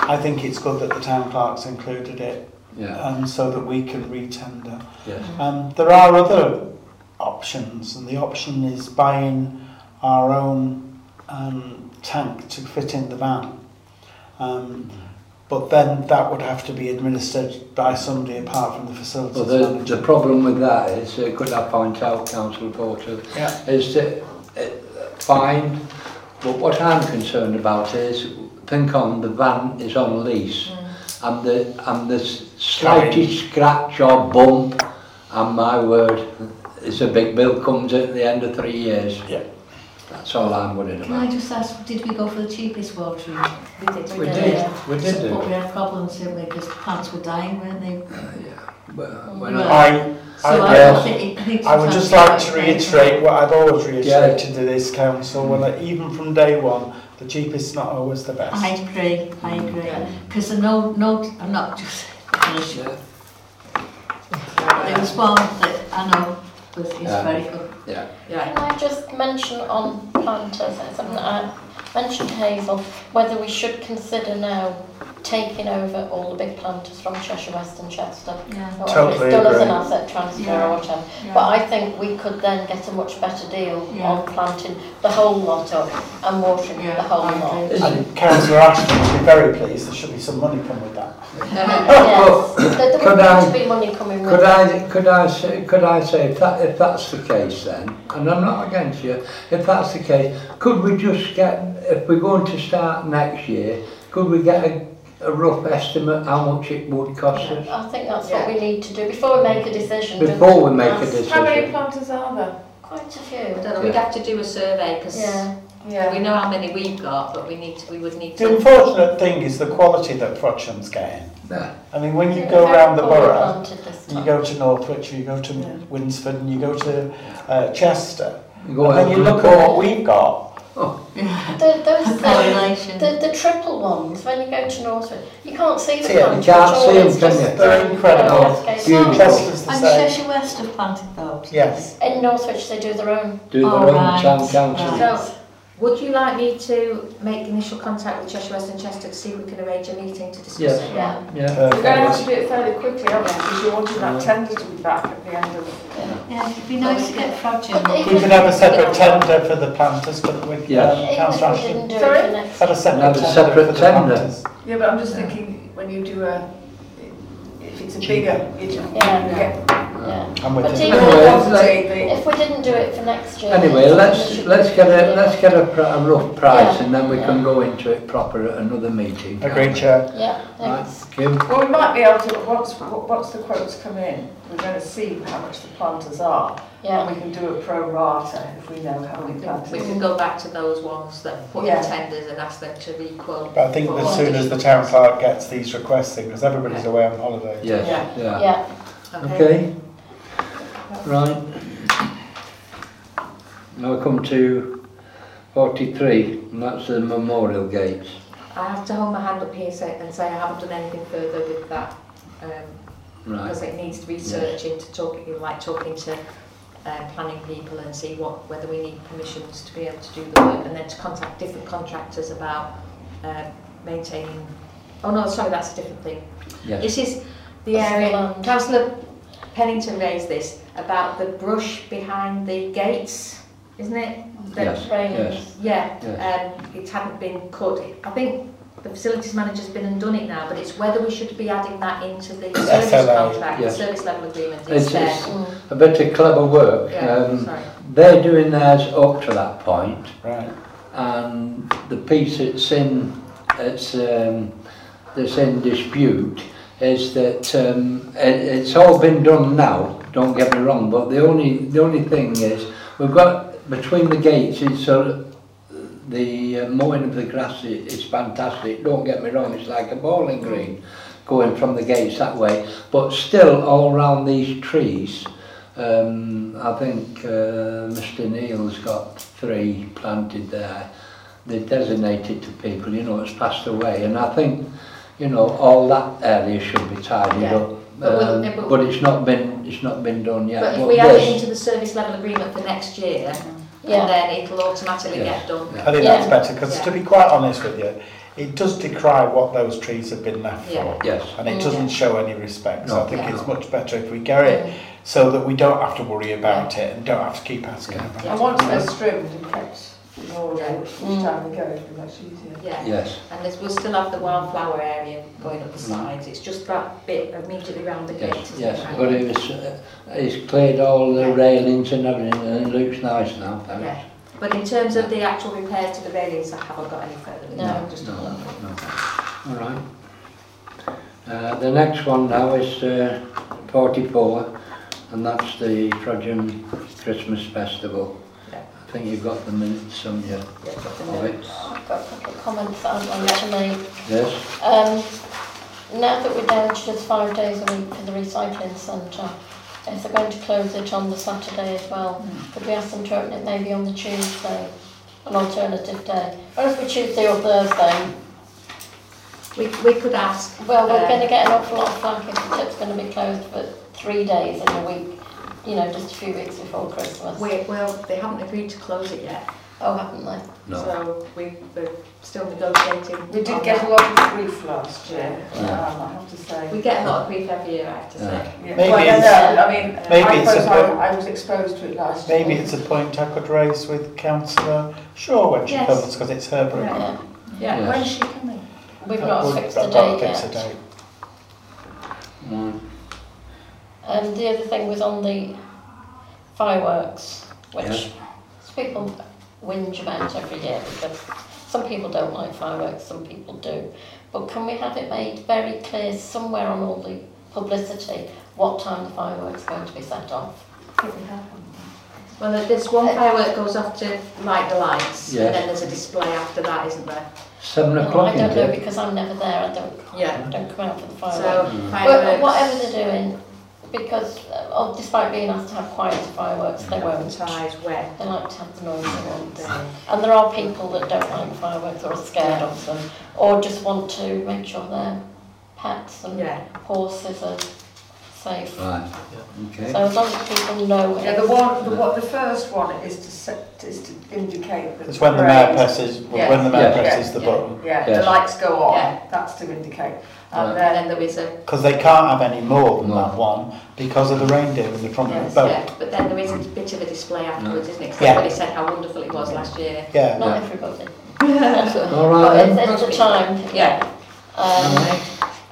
Speaker 4: I think it's good that the town clerk's included it,
Speaker 1: yeah,
Speaker 4: um, so that we can re-tender.
Speaker 1: yes.
Speaker 4: Um, there are other options, and the option is buying our own um, tank to fit in the van. Um, but then that would have to be administered by somebody apart from the facilities
Speaker 1: Well, the,
Speaker 4: manager.
Speaker 1: the problem with that is, uh, could I point out, councillor Porter,
Speaker 4: Yeah.
Speaker 1: is that, uh, fine, but what I'm concerned about is, think on, the van is on lease, and the, and the s- slightest scratch or bump, and my word, it's a big bill, comes at the end of three years.
Speaker 4: Yeah.
Speaker 1: That's all I'm worried
Speaker 3: Can I
Speaker 1: about.
Speaker 3: just ask, did we go for the cheapest watering?
Speaker 2: We did.
Speaker 1: We
Speaker 7: Yeah.
Speaker 1: did, we did do.
Speaker 3: But we had problems, didn't we, because plants were dying, weren't they?
Speaker 1: Well, when I-
Speaker 4: I,
Speaker 3: So
Speaker 4: I-
Speaker 3: I
Speaker 1: yes.
Speaker 3: don't think, I think.
Speaker 4: I would just like
Speaker 3: sometimes
Speaker 4: to
Speaker 3: we don't
Speaker 4: reiterate what I've always reiterated to this council, well,
Speaker 1: Mm.
Speaker 4: that even from day one, the cheapest not always the best.
Speaker 3: I agree, I
Speaker 1: Mm.
Speaker 3: agree, because I know, no, I'm not just, finish it. There was one that I know was, is
Speaker 1: Yeah.
Speaker 3: very good.
Speaker 2: Yeah.
Speaker 7: Can I just mention on planters, uh, something I mentioned Hazel, whether we should consider now taking over all the big planters from Cheshire West and Chester?
Speaker 3: Yeah.
Speaker 7: or whether
Speaker 4: Totally
Speaker 7: It's done as an
Speaker 4: agree.
Speaker 7: asset transfer
Speaker 3: Yeah,
Speaker 7: or whatever.
Speaker 3: yeah.
Speaker 7: But I think we could then get a much better deal
Speaker 3: Yeah.
Speaker 7: on planting the whole lot up and watering the
Speaker 3: Yeah,
Speaker 7: whole
Speaker 3: I
Speaker 7: lot.
Speaker 3: agree.
Speaker 4: And councillor Ashton would be very pleased, there should be some money come with that.
Speaker 7: Yes, there there
Speaker 1: Could
Speaker 7: would have
Speaker 1: I-
Speaker 7: to be money coming with it.
Speaker 1: Could I, could I say, could I say, if that, if that's the case then, and I'm not against you, if that's the case, could we just get, if we're going to start next year, could we get a, a rough estimate how much it would cost us?
Speaker 7: I think that's what we need to do before we make a decision. do
Speaker 1: Before we make a
Speaker 7: Yes.
Speaker 1: decision?
Speaker 9: How many planters are there?
Speaker 7: Quite a
Speaker 2: I
Speaker 7: few.
Speaker 2: don't know, we'd have to do a survey, because
Speaker 7: Yeah.
Speaker 2: we know how many we've got, but we need to, we would need
Speaker 4: The
Speaker 2: to.
Speaker 4: unfortunate thing is the quality that Frodsham getting.
Speaker 1: Yeah.
Speaker 4: I mean, when you go around the
Speaker 7: Before we
Speaker 4: borough,
Speaker 7: planted this
Speaker 4: you
Speaker 7: time.
Speaker 4: go to Northwich, you go to Winsford, and you go to uh, Chester,
Speaker 1: You
Speaker 4: and
Speaker 1: Go
Speaker 4: then
Speaker 1: ahead
Speaker 4: you
Speaker 1: and
Speaker 4: look
Speaker 1: look
Speaker 4: at
Speaker 1: at
Speaker 4: what we've got.
Speaker 7: The, those, the,
Speaker 3: Population.
Speaker 7: the, the triple ones, when you go to Northwood, you can't see the
Speaker 4: See 'em,
Speaker 7: plants.
Speaker 1: you can't
Speaker 7: at all,
Speaker 1: see 'em,
Speaker 7: it's
Speaker 1: can
Speaker 7: just
Speaker 1: you?
Speaker 4: They're incredible.
Speaker 7: landscape.
Speaker 1: Beautiful.
Speaker 4: Chester's the
Speaker 3: And
Speaker 4: same.
Speaker 3: Cheshire West have planted those?
Speaker 4: Yes.
Speaker 7: In Northwich, they do their own.
Speaker 1: do their
Speaker 3: All
Speaker 1: own
Speaker 3: right,
Speaker 1: town council.
Speaker 3: right.
Speaker 2: So, would you like me to make initial contact with Cheshire West and Chester to see if we can arrange a meeting to discuss
Speaker 1: Yes.
Speaker 2: it?
Speaker 7: Yeah.
Speaker 1: Yeah,
Speaker 4: Uh,
Speaker 6: We're going to have to do it fairly quickly, aren't we? Because you're wanting that tender to be back at the end of.
Speaker 3: Yeah, it'd be nice to get
Speaker 7: But
Speaker 3: Frodsham.
Speaker 7: even
Speaker 4: we
Speaker 7: if
Speaker 4: could have a
Speaker 7: didn't-
Speaker 4: separate tender for the planters, couldn't we?
Speaker 1: Yes.
Speaker 4: Um,
Speaker 7: Even if
Speaker 4: councillor
Speaker 7: we
Speaker 4: Ashton,
Speaker 7: didn't do it
Speaker 6: Sorry?
Speaker 7: for next.
Speaker 4: have a
Speaker 1: Have
Speaker 4: separate
Speaker 1: a
Speaker 4: tender
Speaker 1: separate
Speaker 4: for the
Speaker 1: tender.
Speaker 4: planters.
Speaker 6: Yeah, but I'm just thinking, when you do a, if it's a bigger, it's, you get
Speaker 7: Yeah.
Speaker 4: I'm with
Speaker 7: But
Speaker 4: you.
Speaker 7: even
Speaker 1: Anyway,
Speaker 7: if,
Speaker 1: let-
Speaker 6: the,
Speaker 7: if we didn't do it for next year.
Speaker 1: anyway,
Speaker 7: then we
Speaker 1: let's,
Speaker 7: should
Speaker 1: let's
Speaker 7: do
Speaker 1: get
Speaker 7: it.
Speaker 1: a, let's get a, pr- a rough price
Speaker 7: Yeah.
Speaker 1: and then we
Speaker 7: Yeah.
Speaker 1: can go into it proper at another meeting.
Speaker 4: Agreed, Chair.
Speaker 7: Yeah, thanks.
Speaker 1: Kim?
Speaker 6: Well, we might be able to, once, once the quotes come in, we're going to see how much the planters are.
Speaker 7: Yeah.
Speaker 6: And we can do a pro rata if we know how many
Speaker 2: We
Speaker 6: planters.
Speaker 2: can go back to those ones that put
Speaker 6: Yeah.
Speaker 2: in tenders and ask them to requote.
Speaker 4: But I think
Speaker 2: for
Speaker 4: as
Speaker 2: one
Speaker 4: soon as the
Speaker 2: additional
Speaker 4: town
Speaker 2: cost.
Speaker 4: clerk gets these requests in, because everybody's away on holiday.
Speaker 1: Yes, yeah.
Speaker 7: Yeah,
Speaker 1: Okay. Right. Now I come to 43, and that's the memorial gates.
Speaker 2: I have to hold my hand up here say- and say I haven't done anything further with that. Um,
Speaker 1: Right.
Speaker 2: because it needs research into talking, like talking to uh, planning people and see what, whether we need permissions to be able to do the work and then to contact different contractors about uh, maintaining, oh no, sorry, that's a different thing.
Speaker 1: Yes.
Speaker 2: This is the
Speaker 7: That's the
Speaker 2: area,
Speaker 7: land.
Speaker 2: councillor Pennington raised this, about the brush behind the gates, isn't it? That-
Speaker 1: Yes.
Speaker 7: railings.
Speaker 2: yeah, um, it hadn't been cut. I think the facilities manager's been and done it now, but it's whether we should be adding that into the service
Speaker 4: SLA,
Speaker 2: contract, the
Speaker 1: yes.
Speaker 2: service level agreement,
Speaker 1: It's,
Speaker 2: it's there.
Speaker 1: it's
Speaker 7: Mm.
Speaker 1: a bit of clever work.
Speaker 2: Yeah,
Speaker 1: Um,
Speaker 2: sorry.
Speaker 1: they're doing theirs up to that point,
Speaker 4: Right.
Speaker 1: and the piece it's in, it's um, that's in dispute is that um, it, it's all been done now. Don't get me wrong, but the only the only thing is we've got between the gates is sort of the uh, mowing of the grass i- is fantastic. Don't get me wrong, it's like a bowling green going from the gates that way. But still, all round these trees, um, I think uh, Mr Neal's got three planted there. They're designated to people, you know, it's passed away. And I think, you know, all that area should be tidied
Speaker 2: Yeah.
Speaker 1: up.
Speaker 2: But we'll-
Speaker 1: Um,
Speaker 2: yeah, but-
Speaker 1: but it's not been it's not been done yet.
Speaker 2: But if we add
Speaker 1: this-
Speaker 2: it into the service level agreement for next year,
Speaker 7: Yeah.
Speaker 2: and then it'll automatically
Speaker 1: Yeah.
Speaker 2: get done.
Speaker 4: I think
Speaker 7: Yeah.
Speaker 4: that's better, because to be quite honest with you, it does decry what those trees have been left
Speaker 2: Yeah.
Speaker 4: for.
Speaker 1: yes.
Speaker 4: And it doesn't show any respect, so
Speaker 1: No.
Speaker 4: I think
Speaker 2: Yeah.
Speaker 4: it's much better if we get it, so that we don't have to worry about it and don't have to keep asking
Speaker 1: Yeah.
Speaker 4: about it.
Speaker 6: And once they're trimmed and kept in order, which each
Speaker 2: Mm.
Speaker 6: time we go, it'll be much easier.
Speaker 2: Yeah.
Speaker 1: Yes.
Speaker 2: And there's, we'll still have the wildflower area going up the
Speaker 1: Mm.
Speaker 2: sides. It's just that bit immediately round the gate.
Speaker 1: Yes,
Speaker 2: isn't
Speaker 1: yes,
Speaker 2: it?
Speaker 1: but it was, uh, he's cleared all the
Speaker 2: Yeah.
Speaker 1: railings and everything, and it looks nice now, thanks.
Speaker 2: Yeah. But in terms of the actual repairs to the railings, I haven't got any further. than
Speaker 7: No.
Speaker 2: that, just-
Speaker 1: No, no, all right. Uh, the next one now is, uh, forty-four, and that's the Trojan Christmas Festival.
Speaker 2: Yeah.
Speaker 1: I think you've got the minutes somewhere
Speaker 2: Yeah, got the
Speaker 1: of it,
Speaker 7: I've got a couple of comments that I want to make.
Speaker 1: yes,
Speaker 7: Um, now that we're down to just five days a week for the recycling centre, if they're going to close it on the Saturday as well,
Speaker 1: Mm.
Speaker 7: could we ask them to open it maybe on the Tuesday, an alternative day? Or if we Tuesday or Thursday,
Speaker 2: We, we could ask.
Speaker 7: well, we're
Speaker 2: um,
Speaker 7: going to get an awful lot of flack if the tip's going to be closed for three days in a week, you know, just a few weeks before Christmas.
Speaker 2: We, well, they haven't agreed to close it yet,
Speaker 7: Oh, haven't they?
Speaker 1: no,
Speaker 2: so we, we're still negotiating.
Speaker 6: We did
Speaker 2: on
Speaker 6: get
Speaker 2: that.
Speaker 6: a lot of grief last year, um,
Speaker 1: Yeah.
Speaker 6: I have to say.
Speaker 2: We get a lot of grief every year, I have to say.
Speaker 6: Yeah,
Speaker 4: Maybe
Speaker 6: well, no,
Speaker 4: it's-
Speaker 6: no, I mean, uh,
Speaker 4: maybe
Speaker 6: I
Speaker 4: it's
Speaker 6: suppose I,
Speaker 4: about-
Speaker 6: I was exposed to it last year.
Speaker 4: Maybe it's a point I could raise with councillor Shaw when she
Speaker 2: Yes.
Speaker 4: comes, because it's her
Speaker 2: Yeah.
Speaker 4: room.
Speaker 7: Yeah.
Speaker 1: Yeah.
Speaker 6: When's she coming?
Speaker 7: We've not
Speaker 4: We'll-
Speaker 7: fixed a
Speaker 4: I've got
Speaker 7: day
Speaker 4: to
Speaker 7: yet.
Speaker 4: fix a date.
Speaker 1: right,
Speaker 7: And the other thing was on the fireworks, which
Speaker 1: Yes.
Speaker 7: people whinge about every year because some people don't like fireworks, some people do. But can we have it made very clear somewhere on all the publicity what time the fireworks are going to be set off?
Speaker 2: Well, there- there's one firework goes off to light the lights,
Speaker 1: Yes.
Speaker 2: and then there's a display after that, isn't there?
Speaker 1: seven
Speaker 7: And Oh, I
Speaker 1: o'clock,
Speaker 7: don't
Speaker 1: is
Speaker 7: know
Speaker 1: it?
Speaker 7: because I'm never there. I don't
Speaker 2: Yeah.
Speaker 7: don't come out for the fireworks.
Speaker 2: So
Speaker 7: but
Speaker 1: mm.
Speaker 2: fireworks.
Speaker 7: whatever they're doing, because uh, oh, despite being asked to have quiet fireworks, they won't.
Speaker 2: Ties wet.
Speaker 7: They like to have the noisy ones. And there are people that don't like fireworks or are scared of them or just want to make sure their pets and
Speaker 2: Yeah.
Speaker 7: horses are safe.
Speaker 1: Right, okay.
Speaker 7: So as long as people know
Speaker 6: Yeah, the
Speaker 7: it.
Speaker 6: one, the what, the first one is to set, is to indicate that.
Speaker 4: It's when the mayor
Speaker 6: parade-
Speaker 4: presses,
Speaker 6: Yes.
Speaker 4: when the mayor
Speaker 1: Yes.
Speaker 4: presses the
Speaker 2: Yeah.
Speaker 4: button,
Speaker 6: Yeah, the
Speaker 1: Yes.
Speaker 6: lights go
Speaker 2: Yeah.
Speaker 6: on, that's to indicate.
Speaker 1: Right.
Speaker 6: And
Speaker 2: And
Speaker 6: then
Speaker 2: then there is a,
Speaker 4: because they can't have any more than
Speaker 1: No.
Speaker 4: that one because of the reindeer in the front of
Speaker 2: yes,
Speaker 4: the boat.
Speaker 2: yeah, but then there is a bit of a display afterwards, isn't it? 'Cause
Speaker 4: Yeah.
Speaker 2: everybody said how wonderful it was last year.
Speaker 4: Yeah.
Speaker 7: Not everybody.
Speaker 1: All
Speaker 7: But
Speaker 1: right
Speaker 7: Oh, it's,
Speaker 1: then,
Speaker 7: it's the time.
Speaker 2: Um, Yeah.
Speaker 7: Um,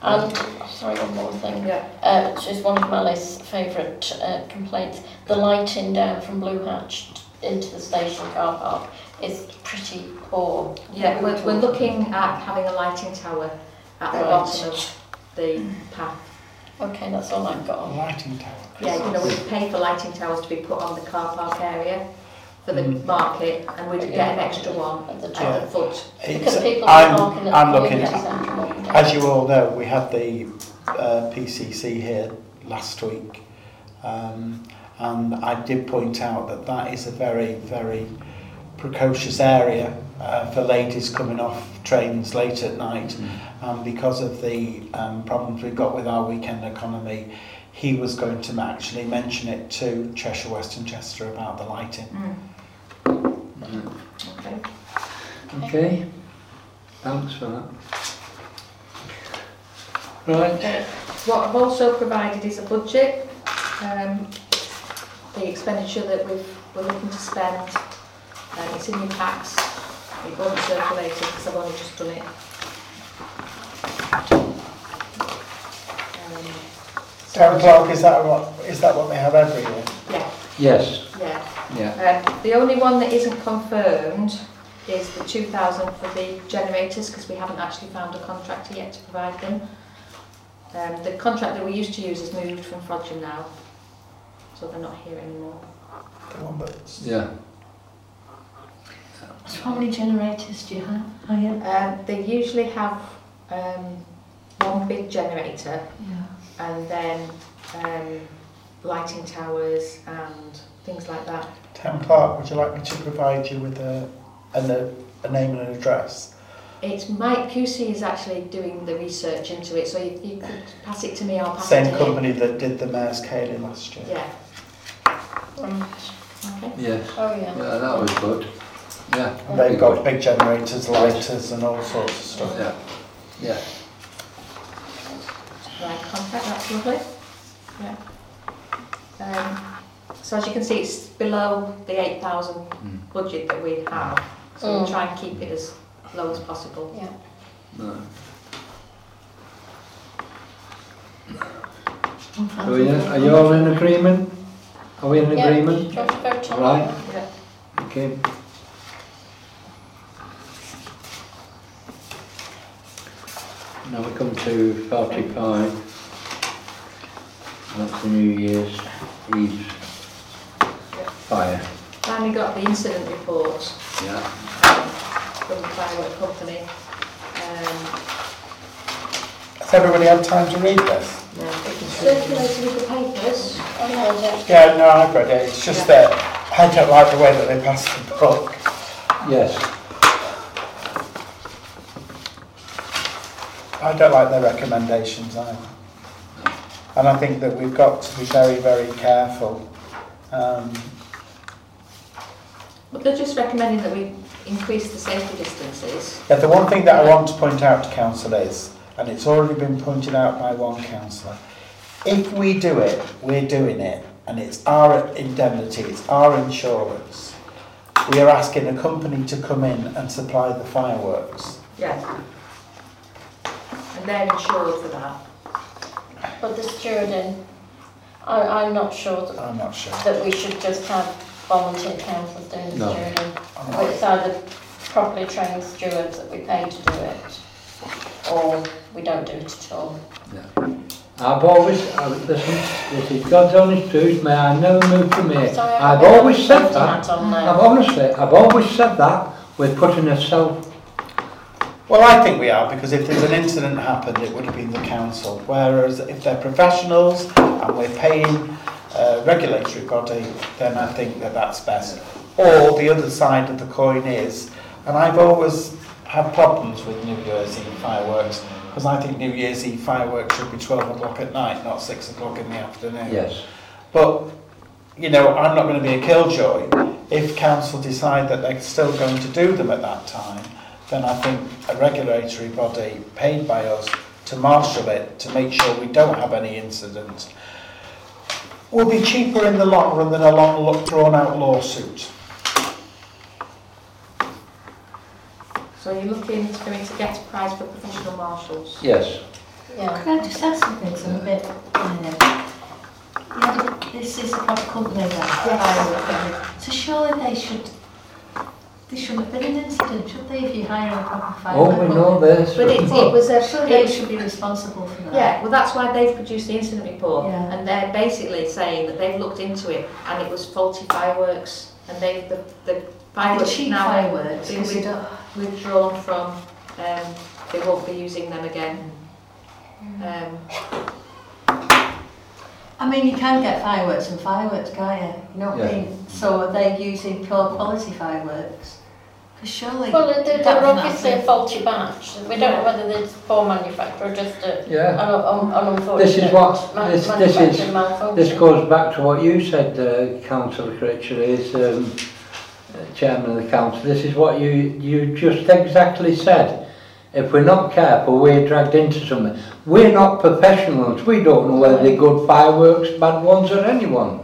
Speaker 7: and, sorry, one more thing.
Speaker 2: Yeah.
Speaker 7: Uh, which is one of Mally's favourite uh, complaints. The lighting down from Blue Hatch t- into the station car park is pretty poor.
Speaker 2: Yeah, we're, we're looking at having a lighting tower at the
Speaker 7: Right.
Speaker 2: bottom of the path.
Speaker 7: Okay, that's all I've got. on.
Speaker 4: Lighting tower.
Speaker 2: Yeah, you know, we'd pay for lighting towers to be put on the car park area for the market and we'd get an extra one
Speaker 7: At the top.
Speaker 2: at the foot.
Speaker 7: Because
Speaker 4: It's-
Speaker 7: people are
Speaker 4: I'm,
Speaker 7: parking at
Speaker 4: I'm
Speaker 7: the
Speaker 4: looking,
Speaker 7: community centre all day.
Speaker 4: as you all know, we had the uh, PCC here last week. Um, and I did point out that that is a very, very precocious area uh, for ladies coming off trains late at night. Um, because of the um, problems we've got with our weekend economy, he was going to actually mention it to Cheshire West and Chester about the lighting.
Speaker 2: Okay.
Speaker 1: Okay, thanks for that. Right,
Speaker 2: What I've also provided is a budget, um, the expenditure that we've, we're looking to spend. Um, it's in your packs, it won't circulate because I've only just done it. Um, so-
Speaker 4: Town clerk, is that what, is that what they have every year?
Speaker 2: Yeah,
Speaker 1: yes,
Speaker 2: yeah.
Speaker 1: yeah,
Speaker 2: Uh, The only one that isn't confirmed is the 2,000 for the generators, because we haven't actually found a contractor yet to provide them. Um, The contract that we used to use has moved from Frodsham now, so they're not here anymore.
Speaker 4: The one that's
Speaker 1: yeah.
Speaker 3: So how many generators do you have? Oh, yeah.
Speaker 2: Um, They usually have um, one big generator,
Speaker 3: Yeah.
Speaker 2: and then um, lighting towers and things like that.
Speaker 4: Town clerk, would you like me to provide you with a, and a, a name and an address?
Speaker 2: It's Mike QC is actually doing the research into it, so you you could pass it to me, I'll pass it to
Speaker 4: Same
Speaker 2: him.
Speaker 4: company that did the Mayor's Kaling last year.
Speaker 2: Yeah,
Speaker 7: Right.
Speaker 2: okay.
Speaker 1: Yes,
Speaker 7: Oh, yeah.
Speaker 1: yeah, that was good. Yeah.
Speaker 4: And They've got big generators, lighters and all sorts of stuff.
Speaker 1: Yeah, yeah.
Speaker 2: Right, contact, that's lovely. Yeah. Um, so as you can see, it's below the eight thousand
Speaker 1: Mm.
Speaker 2: budget that we have, so we'll
Speaker 7: Mm.
Speaker 2: try and keep it as low as possible.
Speaker 7: Yeah.
Speaker 1: No. So, yeah, are you
Speaker 3: Well,
Speaker 1: all in agreement? Are we in
Speaker 7: Yeah.
Speaker 1: agreement?
Speaker 7: Do you want to vote on
Speaker 1: Right.
Speaker 7: that?
Speaker 2: Yeah.
Speaker 1: Okay. Now we come to party pie. That's the New Year's Eve fire,
Speaker 2: Finally got the incident report.
Speaker 1: yeah.
Speaker 2: um, from the firework company. Um,
Speaker 4: Has everybody had time to read this?
Speaker 2: circulated with the papers.
Speaker 7: Oh, no, is it?
Speaker 4: Yeah, no, I've read it, it's just that I don't like the way that they pass the book.
Speaker 1: Yes,
Speaker 4: I don't like their recommendations either. And I think that we've got to be very, very careful. Um,
Speaker 2: But they're just recommending that we increase the safety distances.
Speaker 4: yeah, the one thing that I want to point out to council is, and it's already been pointed out by one councillor, if we do it, we're doing it, and it's our indemnity, it's our insurance. We are asking a company to come in and supply the fireworks.
Speaker 2: Yeah. And they're insured for that.
Speaker 7: But the stewarding, I, I'm not sure that,
Speaker 4: I'm not sure.
Speaker 7: that we should just have volunteer councillors doing the
Speaker 1: No.
Speaker 7: stewarding.
Speaker 4: I'm not-
Speaker 7: It's either properly trained stewards that we pay to do it, or we don't do it at all.
Speaker 1: I've always, I- uh, listen, this is God's honest truth, may I never move from here.
Speaker 7: Sorry, I
Speaker 1: I've
Speaker 7: haven't
Speaker 1: always said
Speaker 7: voted
Speaker 1: that,
Speaker 7: on there.
Speaker 1: I've honestly, I've always said that, we're putting ourselves,
Speaker 4: Well, I think we are because if there's an incident happened, it would have been the council. Whereas if they're professionals and we're paying a regulatory body, then I think that that's best. Or the other side of the coin is, and I've always had problems with New Year's Eve fireworks because I think New Year's Eve fireworks should be 12 o'clock at night, not 6 o'clock in the afternoon.
Speaker 1: yes,
Speaker 4: But, you know, I'm not going to be a killjoy. If council decide that they're still going to do them at that time, then I think a regulatory body paid by us to marshal it, to make sure we don't have any incidents, will be cheaper in the long run than a long, lo- drawn-out lawsuit.
Speaker 2: So you're looking to, going to get a prize for professional marshals?
Speaker 1: yes.
Speaker 7: Yeah.
Speaker 3: Can I just ask something, so I'm a bit, uh, yeah, but this is a proper company that, firework company. so surely they should They shouldn't have been an incident, should they, if you hire a proper
Speaker 1: Oh,
Speaker 3: fireman?
Speaker 1: we know this.
Speaker 2: Uh, But it, it was a,
Speaker 3: Surely they should be responsible for that.
Speaker 2: Yeah, well, that's why they've produced the incident report,
Speaker 3: Yeah.
Speaker 2: and they're basically saying that they've looked into it, and it was faulty fireworks, and they've, the, the
Speaker 3: The
Speaker 2: fireworks
Speaker 3: cheap
Speaker 2: now
Speaker 3: fireworks,
Speaker 2: been
Speaker 3: because you don't,
Speaker 2: withdrawn from, um, they won't be using them again.
Speaker 3: Mm.
Speaker 2: Um,
Speaker 3: I mean, you can get fireworks and fireworks, can't you? You know what I
Speaker 1: Yeah.
Speaker 3: mean? So are they using poor quality fireworks? Because surely...
Speaker 7: Well, they,
Speaker 3: that
Speaker 7: they're
Speaker 3: would not
Speaker 7: obviously a
Speaker 3: be-
Speaker 7: faulty batch. We don't know whether it's poor manufacture or just a, an,
Speaker 1: Yeah,
Speaker 7: un- an unfortunate
Speaker 1: this is what,
Speaker 7: ma-
Speaker 1: this, this
Speaker 7: manufacturing
Speaker 1: is,
Speaker 7: malfunction.
Speaker 1: this goes back to what you said, uh, councillor Critchley, is, um, uh, chairman of the council, this is what you, you just exactly said. If we're not careful, we're dragged into something. We're not professionals, we don't know whether they're good fireworks, bad ones or anyone,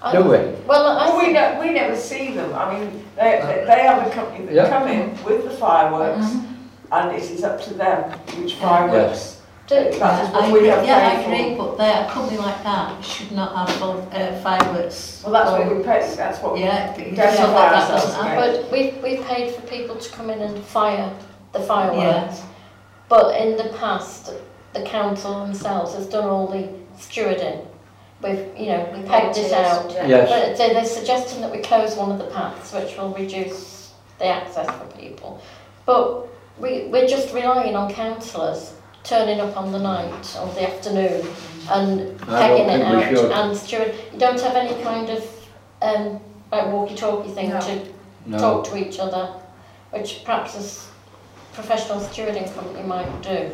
Speaker 7: I-
Speaker 1: do we?
Speaker 7: Well, I
Speaker 6: Well, we
Speaker 7: think
Speaker 6: ne we never see them, I mean, they, they- they are the company that
Speaker 1: Yeah.
Speaker 6: come in with the fireworks, and it is up to them which fireworks.
Speaker 7: that-
Speaker 6: That
Speaker 3: I
Speaker 6: is what
Speaker 3: agree-
Speaker 6: we have
Speaker 3: Yeah, I
Speaker 6: paid
Speaker 3: agree, but there, a company like that should not have both uh, fireworks.
Speaker 6: for. Well, that's
Speaker 3: going-
Speaker 6: what we pay, that's what we
Speaker 3: Yeah, but you
Speaker 6: That's
Speaker 3: said
Speaker 6: what
Speaker 3: that
Speaker 6: ours
Speaker 3: that doesn't
Speaker 6: does,
Speaker 3: happen.
Speaker 7: But we, we paid for people to come in and fire the
Speaker 3: Yeah.
Speaker 7: fireworks. But in the past, the council themselves has done all the stewarding. We've, you know, we pegged it out.
Speaker 1: Yes,
Speaker 7: But so they're suggesting that we close one of the paths, which will reduce the access for people. But we, we're just relying on councillors turning up on the night or the afternoon and
Speaker 1: I don't
Speaker 7: pegging it
Speaker 1: think we should.
Speaker 7: out and steward. You don't have any kind of, um, like walkie-talkie thing
Speaker 2: No.
Speaker 7: to
Speaker 1: no,
Speaker 4: Oh.
Speaker 7: talk to each other, which perhaps a s- professional stewarding company might do.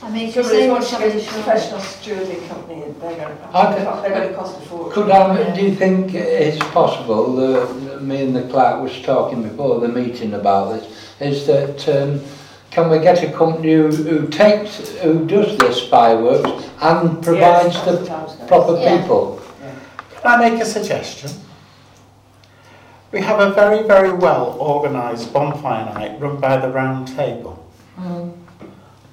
Speaker 3: I mean, you're
Speaker 6: Somebody's
Speaker 3: saying
Speaker 6: wants to
Speaker 3: should be
Speaker 6: get a
Speaker 3: insured.
Speaker 6: professional stewarding company, and they're
Speaker 1: I
Speaker 6: gonna,
Speaker 1: could-
Speaker 6: they're gonna cost a fortune.
Speaker 1: Could I, do you think it's possible, that me and the clerk was talking before the meeting about this, is that um, can we get a company who, who takes, who does this fireworks and provides
Speaker 6: Yes,
Speaker 1: the
Speaker 6: sometimes, yes.
Speaker 1: proper
Speaker 7: Yeah.
Speaker 1: people?
Speaker 4: Can I make a suggestion? We have a very, very well organised bonfire night run by the Round Table.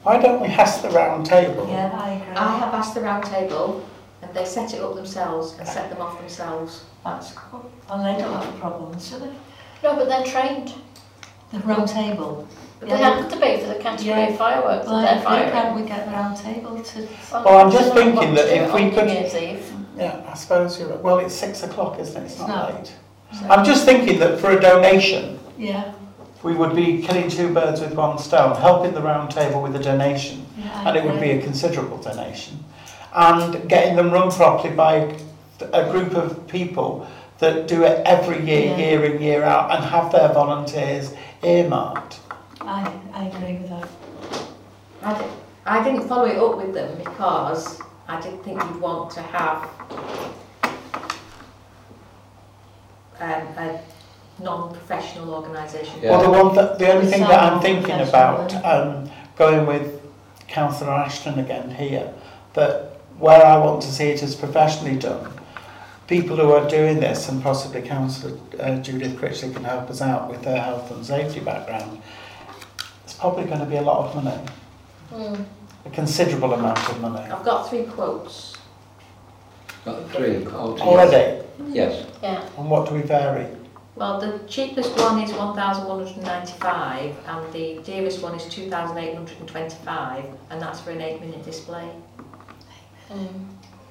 Speaker 4: Why don't we ask the Round Table?
Speaker 3: Yeah, I agree.
Speaker 2: I have asked the round table, and they set it up themselves and set them off themselves.
Speaker 3: That's cool. And they don't have problems, do they?
Speaker 7: No, but they're trained.
Speaker 3: The round table.
Speaker 7: But they have to be for the category
Speaker 3: Yeah.
Speaker 7: of fireworks
Speaker 3: Well,
Speaker 7: that
Speaker 3: I
Speaker 7: they're
Speaker 3: think um,
Speaker 7: firing.
Speaker 3: can we get the round table to...
Speaker 4: Well, Oh, I'm just thinking
Speaker 7: What to
Speaker 4: that
Speaker 7: do
Speaker 4: if we
Speaker 7: on
Speaker 4: could-
Speaker 7: New Year's Eve.
Speaker 4: Yeah, I suppose you're right. Well, it's six o'clock, isn't it? It's
Speaker 3: It's
Speaker 4: not
Speaker 3: not.
Speaker 4: late. I'm just thinking that for a donation,
Speaker 3: Yeah,
Speaker 4: we would be killing two birds with one stone, helping the Round Table with a donation,
Speaker 3: yeah, I
Speaker 4: and it would be
Speaker 3: agree.
Speaker 4: a considerable donation, and getting them run properly by a group of people that do it every year,
Speaker 3: Yeah.
Speaker 4: year in, year out, and have their volunteers earmarked.
Speaker 3: I, I agree with that.
Speaker 2: I, di- I didn't follow it up with them because I did think you'd want to have um, a non-professional organisation.
Speaker 1: Yeah.
Speaker 4: Well, the one that, the only thing that I'm
Speaker 3: Sound
Speaker 4: thinking about,
Speaker 3: professional,
Speaker 4: um, going with councillor Ashton again here, that where I want to see it is professionally done, people who are doing this, and possibly councillor uh, Judith Critchley can help us out with her health and safety background, it's probably going to be a lot of money,
Speaker 7: Hmm.
Speaker 4: a considerable amount of money.
Speaker 2: I've got three quotes.
Speaker 1: Got three altogether.
Speaker 4: Already,
Speaker 1: Yes,
Speaker 7: Yeah.
Speaker 4: and what do we vary?
Speaker 2: Well, the cheapest one is 1,195 and the dearest one is 2,825 and that's for an eight minute display.
Speaker 7: Hmm.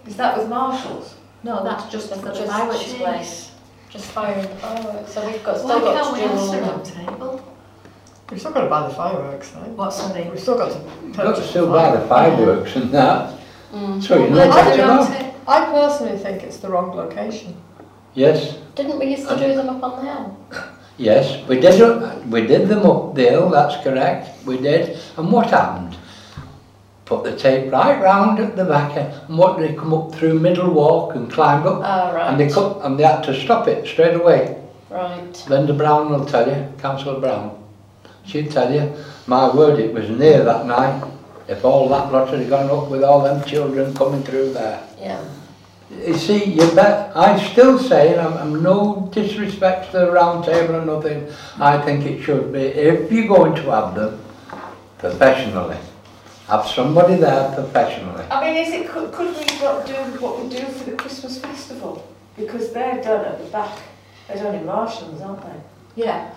Speaker 6: Is that with marshals?
Speaker 2: No, that's just for the
Speaker 7: Just
Speaker 2: fireworks display.
Speaker 3: Jeez.
Speaker 7: Just firing the fireworks. So we've got
Speaker 3: Why
Speaker 7: still got
Speaker 3: can't
Speaker 7: to
Speaker 3: we
Speaker 7: do
Speaker 3: ask
Speaker 7: all
Speaker 3: the
Speaker 7: that.
Speaker 3: round table?
Speaker 9: We've still got to buy the fireworks, though.
Speaker 3: What's the name?
Speaker 9: We've still got to
Speaker 1: got
Speaker 9: purchase
Speaker 1: to
Speaker 9: the
Speaker 1: still buy the
Speaker 9: fireworks.
Speaker 1: fireworks and that,
Speaker 7: Hmm.
Speaker 1: so you know
Speaker 3: Well,
Speaker 1: what
Speaker 3: the
Speaker 1: you
Speaker 3: round
Speaker 1: know.
Speaker 3: ta-
Speaker 9: I personally think it's the wrong location.
Speaker 1: Yes,
Speaker 7: Didn't we used to do them up on the hill?
Speaker 1: yes, we did, it- we did them up the hill, that's correct, we did, and what happened? Put the tape right round at the back, end, and what, they come up through middle walk and climbed up
Speaker 7: Ah,
Speaker 1: And they
Speaker 7: right.
Speaker 1: cut, and they had to stop it straight away.
Speaker 7: Right.
Speaker 1: Linda Brown will tell you, Councillor Brown. She'll tell you, my word, it was near that night. If all that lot had gone up with all them children coming through there.
Speaker 7: Yeah.
Speaker 1: You see, you bet, I'm still saying, I'm, I'm no disrespect to the round table or nothing. I think it should be, if you're going to have them, professionally. Have somebody there professionally.
Speaker 6: I mean, is it, could, could we not do what we do for the Christmas festival? Because they're done at the back, they're done in marshals, aren't they?
Speaker 2: Yeah,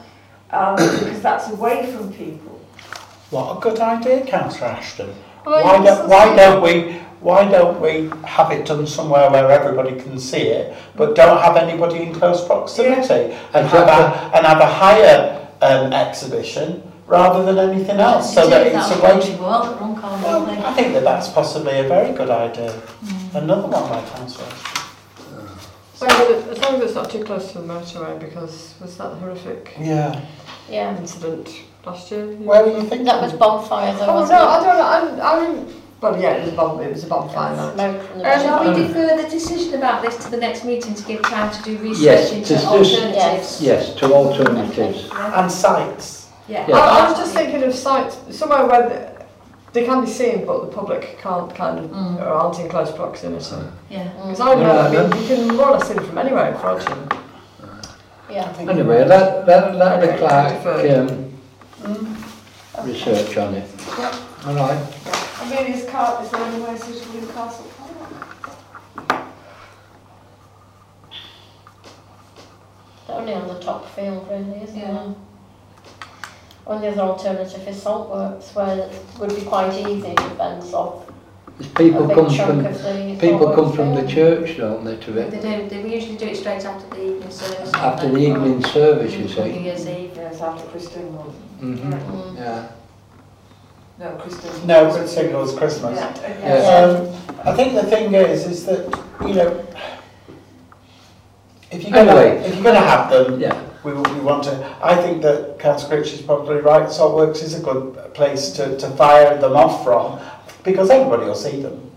Speaker 6: um, because that's away from people.
Speaker 4: What a good idea, Councillor Ashton.
Speaker 7: Well,
Speaker 4: why,
Speaker 7: yes,
Speaker 4: don't, why don't we why don't we have it done somewhere where everybody can see it, but don't have anybody in close proximity and have a, and have a higher um, exhibition rather than anything else, so that it's a way.
Speaker 3: Go out the wrong corner,
Speaker 4: Well,
Speaker 3: don't they?
Speaker 4: I think that that's possibly a very good idea. Another one by Councillor. Ashton.
Speaker 9: Well, as long as it's not too close to the motorway, because was that horrific
Speaker 4: Yeah.
Speaker 7: Yeah.
Speaker 9: incident last year?
Speaker 4: Where were you thinking?
Speaker 7: That was bonfire though,
Speaker 9: Oh no,
Speaker 7: wasn't
Speaker 9: I don't know. I'm, I'm, well, yeah, it was a bomb. It was a bonfire.
Speaker 7: it?
Speaker 9: Night.
Speaker 7: Smoke from the
Speaker 2: Uh,
Speaker 7: motorway.
Speaker 2: shall we defer the decision about this to the next meeting to give time to do research
Speaker 1: Yes,
Speaker 2: into
Speaker 1: just- just-
Speaker 2: alternatives?
Speaker 1: Yes, to alternatives.
Speaker 9: Oh,
Speaker 4: And sites.
Speaker 9: I,
Speaker 2: Yeah.
Speaker 9: Oh, I was just thinking of sites somewhere where the, they can be seen, but the public can't kind of or aren't in close proximity.
Speaker 3: Yeah.
Speaker 9: Because I know, I
Speaker 1: Yeah.
Speaker 9: mean, you can more or less see them from anywhere, can't you?
Speaker 7: Yeah.
Speaker 1: Anyway, let, let, let the
Speaker 9: Okay,
Speaker 1: clerk
Speaker 9: deferred.
Speaker 1: um,
Speaker 9: Mm.
Speaker 1: research on it. All right.
Speaker 6: I mean, is, Car- is there any way suitable in Castle Park?
Speaker 7: Only on the top field really, isn't
Speaker 2: Yeah.
Speaker 7: it? Only other alternative is saltworks, where it would be quite easy to fence off
Speaker 1: Because
Speaker 7: a
Speaker 1: People
Speaker 7: big
Speaker 1: come
Speaker 7: chunk
Speaker 1: from,
Speaker 7: of the
Speaker 1: people
Speaker 7: saltworks
Speaker 1: come from the
Speaker 7: field.
Speaker 1: church, don't they, to
Speaker 2: They
Speaker 1: it?
Speaker 2: do, they usually do it straight after the evening service.
Speaker 1: After the evening service, you see.
Speaker 2: New Year's Eve.
Speaker 6: Yes, after Christine was.
Speaker 1: hmm
Speaker 7: Mm.
Speaker 1: yeah.
Speaker 6: No, Christine.
Speaker 4: No, it's signals Christmas.
Speaker 6: Yeah,
Speaker 1: Yeah.
Speaker 6: yeah.
Speaker 4: Um, I think the thing is, is that you know, if you're gonna,
Speaker 1: Anyway.
Speaker 4: if you're gonna have them,
Speaker 1: Yeah.
Speaker 4: we, we want to. I think that Councillor Critch is probably right. Saltworks is a good place to, to fire them off from because everybody will see them.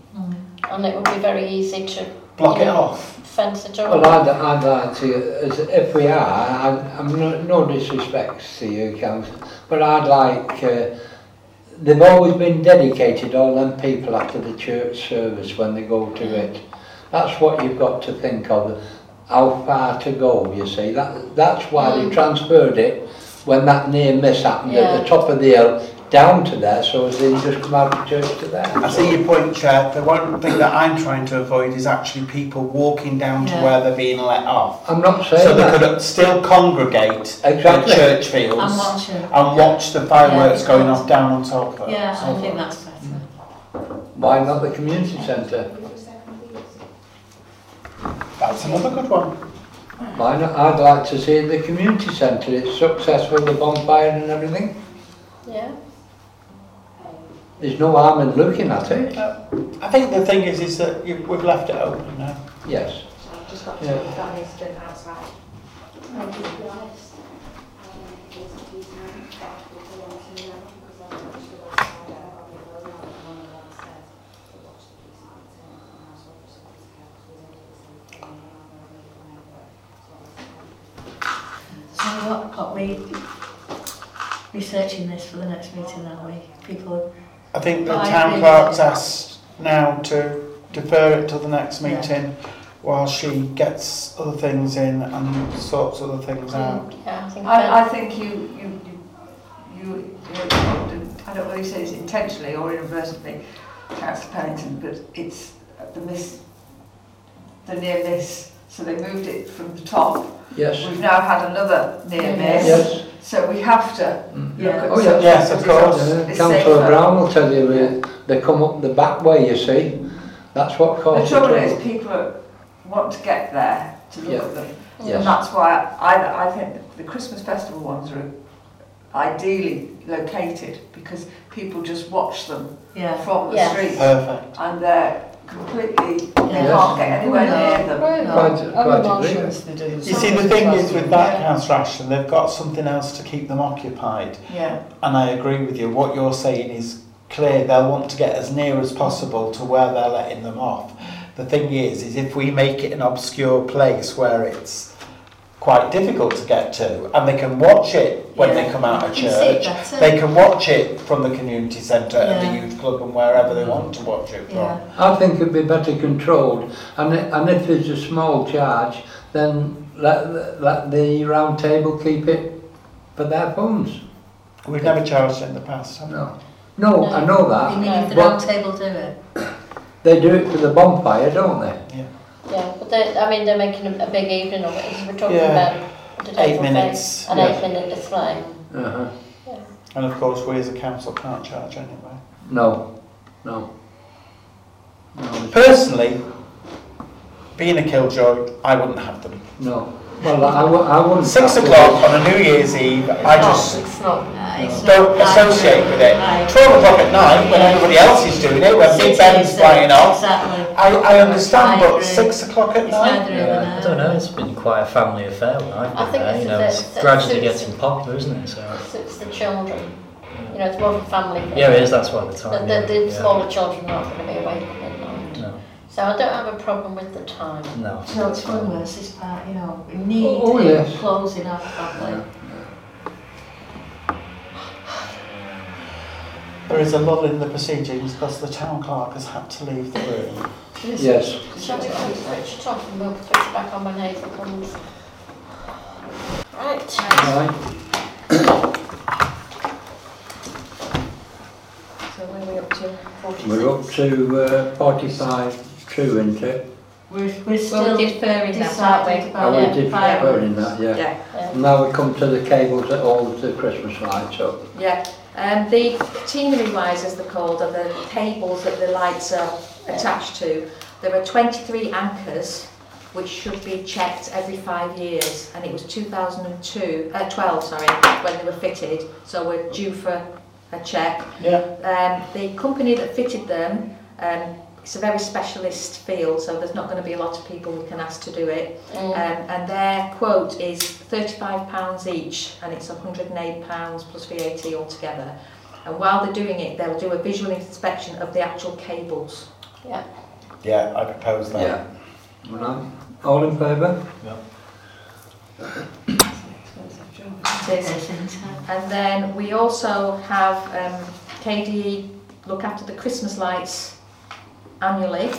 Speaker 7: And it would be very easy to
Speaker 4: Block it
Speaker 7: Yeah.
Speaker 4: off.
Speaker 7: fence it
Speaker 1: Well,
Speaker 7: off.
Speaker 1: I'd, I'd like to, as if we are, I, I'm no, no disrespect to you, councillor, but I'd like, uh, they've always been dedicated, all them people after the church service when they go to it. That's what you've got to think of, how far to go, you see. That, that's why they transferred it when that near miss happened at the
Speaker 7: Yeah.
Speaker 1: top of the hill down to there, so as they just come out of church to there.
Speaker 4: I see your point, Chair. The one thing that I'm trying to avoid is actually people walking down to
Speaker 3: Yeah.
Speaker 4: where they're being let off,
Speaker 1: I'm not saying
Speaker 4: so they
Speaker 1: that.
Speaker 4: could still congregate
Speaker 1: Exactly.
Speaker 4: in church fields
Speaker 3: I'm watching.
Speaker 4: and watch the fireworks
Speaker 3: Yeah.
Speaker 4: going off down on top of
Speaker 3: Yeah, I
Speaker 4: Saltworks.
Speaker 3: think that's better.
Speaker 1: Why not the community centre?
Speaker 4: That's another good one.
Speaker 1: Why not? I'd like to see the community centre. It's successful, the bonfire and everything.
Speaker 7: Yeah.
Speaker 1: There's no harm in looking at it.
Speaker 4: I think the thing is, is that you, we've left it open now.
Speaker 1: Yes.
Speaker 6: Just got to
Speaker 1: Yeah.
Speaker 6: put that incident outside.
Speaker 3: So what got me researching this for the next meeting, are we? People,
Speaker 4: I think the
Speaker 3: But I
Speaker 4: town
Speaker 3: think-
Speaker 4: clerk's asked now to defer it till the next
Speaker 3: Yeah.
Speaker 4: meeting while she gets other things in and sorts other things out.
Speaker 7: Yeah, I think
Speaker 6: I, I think you, you, you, you, you I don't know whether you said it's intentionally or inadvertently, Councillor Pennington, but it's the miss, the near miss. So they moved it from the top.
Speaker 1: Yes.
Speaker 6: We've now had another near miss.
Speaker 1: Yes.
Speaker 6: So we have to look at
Speaker 1: Oh, yeah.
Speaker 6: such-
Speaker 4: Yes, of course.
Speaker 1: Uh,
Speaker 6: It's
Speaker 1: Councillor
Speaker 6: safer.
Speaker 1: Brown will tell you uh, they come up the back way, you see. That's what
Speaker 6: The
Speaker 1: causes
Speaker 6: trouble
Speaker 1: trouble.
Speaker 6: is, people are- want to get there to look
Speaker 1: Yeah.
Speaker 6: at them. And
Speaker 1: Yes.
Speaker 6: that's why I, I think the Christmas festival ones are ideally located because people just watch them
Speaker 3: yeah.
Speaker 6: from the
Speaker 7: Yes.
Speaker 6: street
Speaker 4: Perfect.
Speaker 6: and they're completely, they
Speaker 1: Yes.
Speaker 6: can't get anywhere
Speaker 3: No.
Speaker 6: near them.
Speaker 9: Right.
Speaker 1: Quite- quite
Speaker 9: I'm
Speaker 1: agree.
Speaker 9: not sure they did.
Speaker 4: You see, the thing is with that councillor Ashton, they've got something else to keep them occupied.
Speaker 6: Yeah.
Speaker 4: And I agree with you. What you're saying is clear. They'll want to get as near as possible to where they're letting them off. The thing is, is if we make it an obscure place where it's quite difficult to get to, and they can watch it when they
Speaker 3: Yeah.
Speaker 4: come out of
Speaker 3: You see it
Speaker 4: church,
Speaker 3: better.
Speaker 4: they can watch it from the community centre and
Speaker 3: Yeah.
Speaker 4: the youth club and wherever they want to watch it from.
Speaker 3: Yeah.
Speaker 1: I think it'd be better controlled. And, i- and if there's a small charge, then let, the- let the round table keep it for their phones.
Speaker 4: We've never charged it in the past, have we?
Speaker 1: No. No, I know
Speaker 3: You
Speaker 1: that.
Speaker 3: mean if the
Speaker 1: What-
Speaker 3: round table do it?
Speaker 1: They do it for the bonfire, don't they?
Speaker 7: Yeah, but they, I mean, they're making a, a big evening of it, as we're talking
Speaker 4: Yeah.
Speaker 7: about did
Speaker 4: Eight
Speaker 7: everyone
Speaker 4: minutes,
Speaker 7: face An
Speaker 1: yes.
Speaker 7: eight-minute display.
Speaker 1: Uh-huh.
Speaker 4: And of course, we as a council can't charge anyway.
Speaker 1: No, no. No,
Speaker 4: Personally, being a killjoy, I wouldn't have them.
Speaker 1: no. Well, I, wou- I wouldn't.
Speaker 4: Six
Speaker 1: have to-
Speaker 4: o'clock on a New Year's Eve, I just
Speaker 9: It's not.
Speaker 4: don't associate with it. Twelve o'clock at night, when everybody else is doing it, when Big Ben's flying off,
Speaker 3: Exactly.
Speaker 4: I, I understand,
Speaker 3: I
Speaker 4: but
Speaker 3: agree.
Speaker 4: six o'clock at
Speaker 3: It's
Speaker 4: night?
Speaker 3: neither in the
Speaker 8: Yeah, I don't know, it's been quite a family affair when I've
Speaker 7: I
Speaker 8: been
Speaker 7: think
Speaker 8: there,
Speaker 7: this
Speaker 8: you
Speaker 7: is
Speaker 8: know,
Speaker 7: it,
Speaker 8: it's
Speaker 7: it's-
Speaker 8: gradually
Speaker 7: it's-
Speaker 8: getting popular, isn't it, so.
Speaker 7: Suits the children. You know, it's more of a family thing.
Speaker 8: Yeah, it is, that's why the time,
Speaker 7: But
Speaker 8: yeah.
Speaker 7: the, the
Speaker 8: yeah.
Speaker 7: smaller children are not going to be awake at midnight.
Speaker 8: No,
Speaker 7: So I don't have a problem with the time.
Speaker 8: no.
Speaker 3: So it's one of those, it's part, you know, we need
Speaker 1: Oh,
Speaker 3: it
Speaker 1: yes.
Speaker 3: closing up properly.
Speaker 4: There is a lull in the proceedings because the town clerk has had to leave the room.
Speaker 1: Yes.
Speaker 7: Shall we put- switch it off and we'll switch it back on when Hazel comes? Right.
Speaker 1: Right.
Speaker 2: So when are we up to? 46?
Speaker 1: We're up to uh, 45 true, isn't it?
Speaker 3: We're, we're
Speaker 2: Well,
Speaker 3: still
Speaker 2: we're deferring that, aren't
Speaker 3: deciding
Speaker 2: we?
Speaker 1: Oh,
Speaker 3: about
Speaker 1: we
Speaker 3: it.
Speaker 1: did
Speaker 3: fireworks.
Speaker 1: put in that, yeah.
Speaker 2: Yeah,
Speaker 1: Now we come to the cables that hold the Christmas lights up.
Speaker 2: yeah. Um, the catenary wise, as they're called, are the cables that the lights are attached to. There are 23 anchors which should be checked every five years, and it was 2002, uh, 12, sorry, when they were fitted. So we're due for a check.
Speaker 4: Yeah.
Speaker 2: Um, the company that fitted them, um, it's a very specialist field, so there's not going to be a lot of people we can ask to do it. Um, and their quote is £35 each, and it's £108 plus VAT altogether. And while they're doing it, they'll do a visual inspection of the actual cables.
Speaker 4: Yeah, I propose that.
Speaker 1: Yeah. Right. All in favour?
Speaker 2: It is
Speaker 3: Yes, anytime.
Speaker 2: And then we also have um, KDE look after the Christmas lights annually.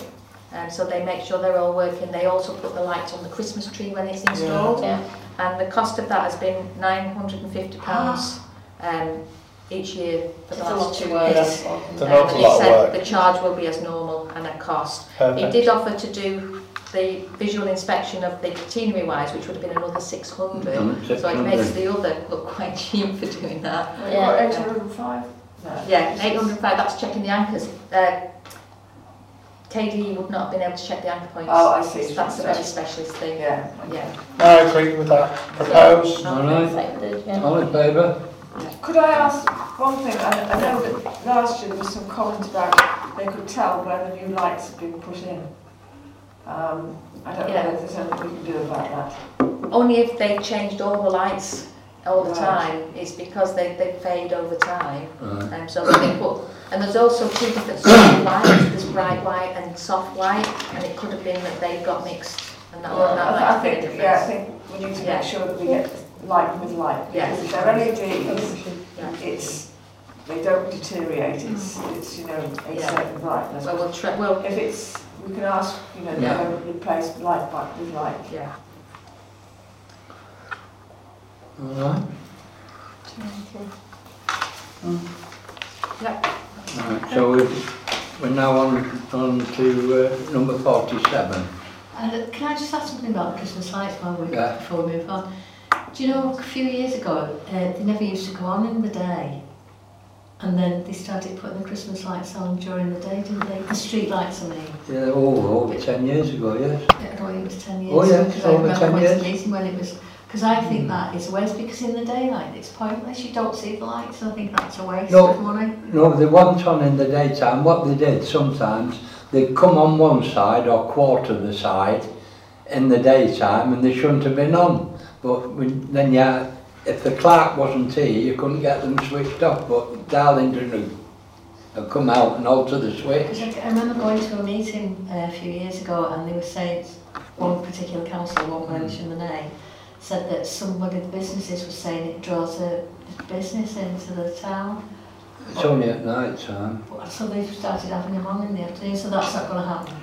Speaker 2: Um, so they make sure they're all working. They also put the lights on the Christmas tree when it's installed.
Speaker 7: Yeah.
Speaker 2: And the cost of that has been £950 um, each year for
Speaker 7: It's
Speaker 2: the
Speaker 7: a lot
Speaker 2: last two
Speaker 7: of
Speaker 2: years.
Speaker 7: work.
Speaker 4: Yes.
Speaker 7: Um,
Speaker 4: It's an awful
Speaker 2: he
Speaker 4: lot of
Speaker 2: said
Speaker 4: work.
Speaker 2: the charge will be as normal and a cost. He
Speaker 4: Perfect.
Speaker 2: did offer to do the visual inspection of the catenary wise, which would have been another 600.
Speaker 4: Mm-hmm.
Speaker 1: Mm,
Speaker 2: So it makes
Speaker 1: 600.
Speaker 2: the other look quite cheap for doing that.
Speaker 7: Yeah.
Speaker 6: Eight hundred and five?
Speaker 2: Yeah, 805, that's checking the anchors. Uh, KDE would not have been able to check the anchor points.
Speaker 6: Oh, I see.
Speaker 2: That's a very specialist thing.
Speaker 6: Yeah.
Speaker 2: Yeah.
Speaker 4: No, I agree with that. Propose.
Speaker 1: All right.
Speaker 7: Accepted, yeah.
Speaker 1: All in favour?
Speaker 6: Could I ask one thing? I, I know that last year there was some comment about they could tell where the new lights had been put in. Um, I don't
Speaker 2: Yeah.
Speaker 6: know if there's anything we can do about that.
Speaker 2: Only if they changed all the lights all the
Speaker 6: Right.
Speaker 2: time, it's because they, they fade over time.
Speaker 1: Right.
Speaker 2: Um, so they put, and there's also two different sorts of lights, there's bright white and soft white, and it could have been that they got mixed and that,
Speaker 6: Well,
Speaker 2: that might
Speaker 6: I, I
Speaker 2: have been a
Speaker 6: think, yeah, I
Speaker 2: difference.
Speaker 6: think we need to
Speaker 2: Yeah.
Speaker 6: make sure that we get light with light.
Speaker 2: Yeah.
Speaker 6: Because if they're LEDs, it's, they don't deteriorate, it's, it's, you know, a
Speaker 2: Yeah.
Speaker 6: certain brightness.
Speaker 2: So we'll try, well,
Speaker 6: If it's, we can ask, you know,
Speaker 1: Yeah.
Speaker 6: to replace light bulb with light.
Speaker 2: yeah.
Speaker 1: All right.
Speaker 2: Yep.
Speaker 1: Right, so we're, we're now on, on to uh, number 47.
Speaker 3: And uh, can I just ask something about Christmas lights while we,
Speaker 1: Yeah.
Speaker 3: before we move on? Do you know, a few years ago, uh, they never used to go on in the day. And then they started putting the Christmas lights on during the day, didn't they? The street lights, I mean.
Speaker 1: Yeah, oh, over 10 years ago, yes.
Speaker 3: I don't know, it was 10 years.
Speaker 1: Oh, yeah,
Speaker 3: because
Speaker 1: over
Speaker 3: I remember
Speaker 1: 10
Speaker 3: going to
Speaker 1: years.
Speaker 3: the meeting when it was, because I think that is a waste, because in the daylight it's pointless, you don't see the lights, I think that's a waste
Speaker 1: No.
Speaker 3: of money.
Speaker 1: No, they weren't on in the daytime. What they did sometimes, they'd come on one side or quarter the side in the daytime and they shouldn't have been on. But we, then, yeah, if the clerk wasn't here, you couldn't get them switched off. But Darlington would- would come out and alter the switch.
Speaker 3: Because I, I remember going to a meeting uh, a few years ago and they were saying, one particular councillor, won't mention the name, said that somebody, the businesses were saying it draws the the business into the town.
Speaker 1: It's only at night time.
Speaker 3: But- So they started having them on in the afternoon, so that's not going to happen.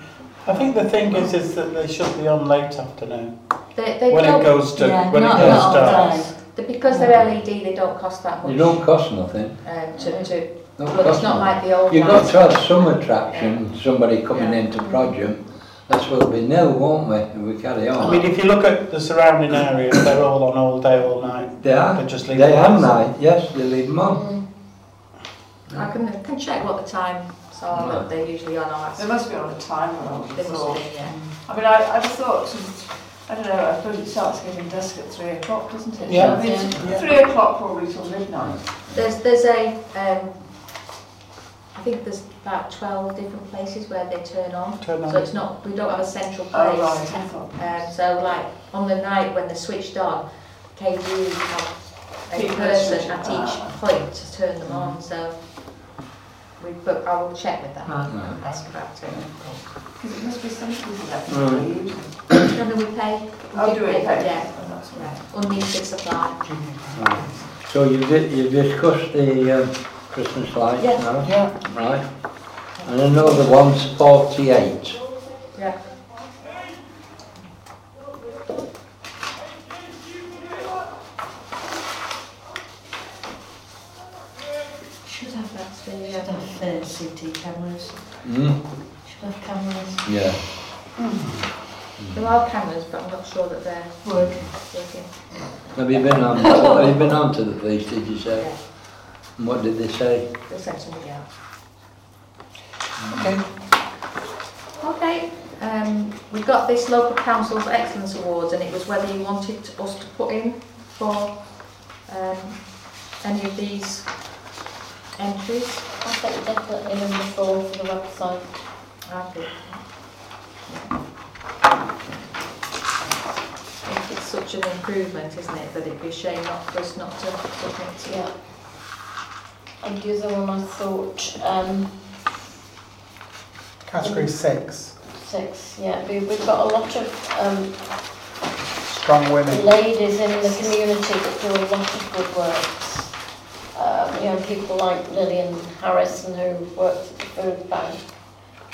Speaker 4: I think the thing is, is that they should be on late afternoon.
Speaker 2: They, they
Speaker 4: When it
Speaker 2: don't,
Speaker 4: goes to,
Speaker 3: Yeah,
Speaker 4: when it
Speaker 3: not-
Speaker 4: goes
Speaker 3: not
Speaker 4: dark.
Speaker 3: all day.
Speaker 2: they- because they're LED, they don't cost that
Speaker 1: They
Speaker 2: much.
Speaker 1: don't cost nothing.
Speaker 2: Um, to, to,
Speaker 1: Don't
Speaker 2: well, it's
Speaker 1: cost
Speaker 2: not
Speaker 1: nothing.
Speaker 2: like the old
Speaker 1: You've got
Speaker 2: ones.
Speaker 1: to have some attraction, somebody coming in to prod you. That's what will be nil, won't we, if we carry on?
Speaker 4: I mean, if you look at the surrounding area, they're all on all day, all night.
Speaker 1: they
Speaker 4: They
Speaker 1: are,
Speaker 4: just leave
Speaker 1: they
Speaker 4: the
Speaker 1: are
Speaker 4: lights on.
Speaker 1: night, yes, they leave them on.
Speaker 2: I can, I can check what the times are that they usually are now.
Speaker 6: They must be on a timer, I would have
Speaker 2: They must
Speaker 6: thought.
Speaker 2: be, yeah.
Speaker 6: I mean, I, I just thought, since- I don't know, I suppose it starts getting dusk at three o'clock, doesn't it?
Speaker 4: Yeah.
Speaker 6: I mean, it's Three o'clock probably till midnight.
Speaker 2: There's, there's a, um, I think there's about 12 different places where they turn on.
Speaker 4: Turn
Speaker 2: So
Speaker 4: on.
Speaker 2: it's not, we don't have a central place.
Speaker 6: Oh, right, Uh, I thought.
Speaker 2: Um, so like on the night when they're switched on, KU have a
Speaker 6: Keep
Speaker 2: person
Speaker 6: switching
Speaker 2: at
Speaker 6: on.
Speaker 2: each point to turn them on, so we, but I will check with them and ask about it.
Speaker 6: Because it must be something that
Speaker 1: Mm.
Speaker 6: they use.
Speaker 2: And then we pay. we
Speaker 6: I'll do it, thank you.
Speaker 2: Yeah,
Speaker 6: And that's all right.
Speaker 2: yeah, unlimited supply.
Speaker 1: Right. So you di you discussed the um, Christmas lights
Speaker 2: Yes.
Speaker 1: now?
Speaker 4: Yeah.
Speaker 1: Right. And another one's 48.
Speaker 2: Yeah.
Speaker 3: Should have that. Should
Speaker 2: yeah.
Speaker 3: have uh, CT cameras.
Speaker 1: Mm.
Speaker 3: Should have cameras.
Speaker 1: Yeah.
Speaker 2: There are cameras, but I'm not sure that they're
Speaker 3: Would.
Speaker 2: working.
Speaker 1: Have you been on, have you been on to the police, did you say? And what did they say?
Speaker 2: They'll send somebody out.
Speaker 4: Okay.
Speaker 2: Okay, um, we got this local council's excellence awards and it was whether you wanted us to put in for, um, any of these entries.
Speaker 7: I think definitely number four for the website.
Speaker 2: I think- I think It's such an improvement, isn't it, that it'd be a shame not, for us not to submit to
Speaker 7: Yeah. And the other one I thought, um,
Speaker 4: Category six,
Speaker 7: six, yeah, we, we've got a lot of, um,
Speaker 4: strong women.
Speaker 7: ladies in the community that do a lot of good works. Um, you know, people like Lillian Harrison who works at the food bank,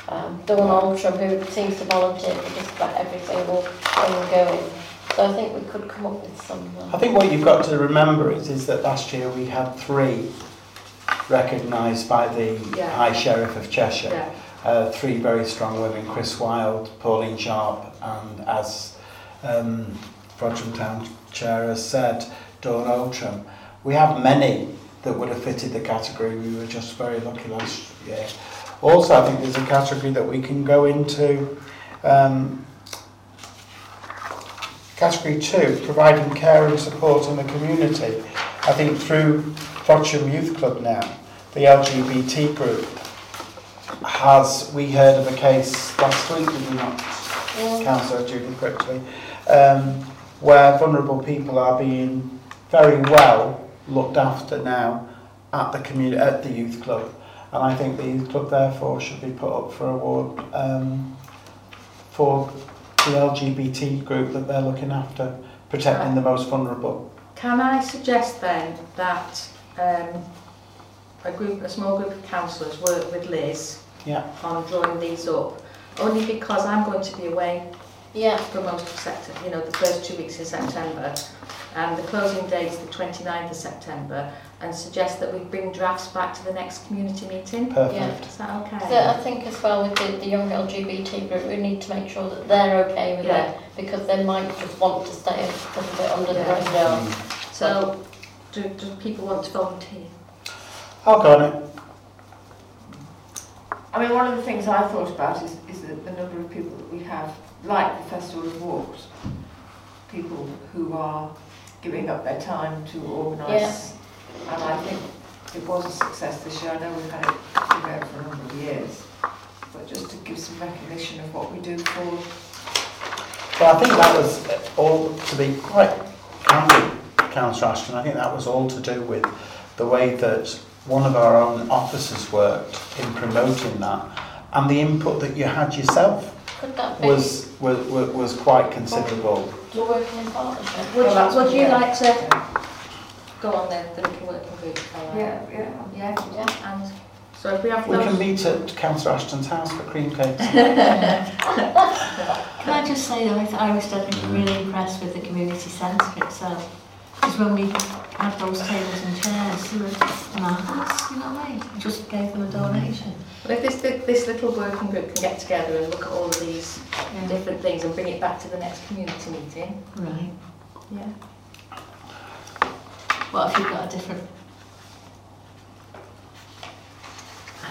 Speaker 7: um, Dawn Altram who seems to volunteer for just about every single thing going. So I think we could come up with some. uh,
Speaker 4: I think what you've got to remember is, is that last year we had three recognised by the
Speaker 2: Yeah.
Speaker 4: High Sheriff of Cheshire.
Speaker 2: Yeah.
Speaker 4: Uh, three very strong women, Chris Wilde, Pauline Sharp and as um, Frodsham Town Chair has said, Dawn Oldham. We have many that would have fitted the category, we were just very lucky last year. Also, I think there's a category that we can go into um, Category two, providing care and support in the community. I think through Frodsham Youth Club now, the LGBT group has, we heard of a case last week, did we not, Councillor Judy quickly, um, where vulnerable people are being very well looked after now at the community, at the youth club. And I think the youth club therefore should be put up for award um, for the LGBT group that they're looking after, protecting the most vulnerable.
Speaker 2: Can I suggest then that um, a group, a small group of councillors work with Liz
Speaker 4: Yeah.
Speaker 2: on drawing these up? Only because I'm going to be away
Speaker 7: Yeah,
Speaker 2: for most of September, you know, the first two weeks in September. And the closing date is the 29th of September and suggest that we bring drafts back to the next community meeting.
Speaker 4: Perfect.
Speaker 2: Is that okay?
Speaker 7: So I think as well with the, the young LGBT group, we need to make sure that they're okay with
Speaker 2: Yeah.
Speaker 7: it because they might just want to stay a little bit under
Speaker 2: Yeah.
Speaker 7: the radar.
Speaker 2: So do, do people want to volunteer?
Speaker 4: I'll go on it.
Speaker 6: I mean, one of the things I thought about is, is the, the number of people that we have, like the Festival of Walks, people who are giving up their time to organise. And I think it was a success this year. I know we've had it you know, for a number of years. But just to give some recognition of what we do for
Speaker 4: But I think that was uh, all, to be quite candid, Councillor Ashton, I think that was all to do with the way that one of our own officers worked in promoting that and the input that you had yourself
Speaker 7: Could that be,
Speaker 4: was, was, was was quite considerable.
Speaker 7: do working in partnership?
Speaker 2: Would,
Speaker 6: Well, that's-
Speaker 2: you, would you
Speaker 6: yeah.
Speaker 2: like to go on then, the little working group? Caroline?
Speaker 6: Yeah, yeah.
Speaker 2: Yeah, yeah, and so if we have
Speaker 4: We
Speaker 2: those.
Speaker 4: can meet at Councillor Ashton's house for cream cakes.
Speaker 3: Can I just say, I was, I was definitely really impressed with the community centre itself. Because when we had those tables and chairs, they were marvellous, you know what I mean? Just gave them a donation.
Speaker 2: Well, if this, thi- this little working group can get together and look at all of these different things and bring it back to the next community meeting,
Speaker 3: Right.
Speaker 2: yeah.
Speaker 3: What if you've got a different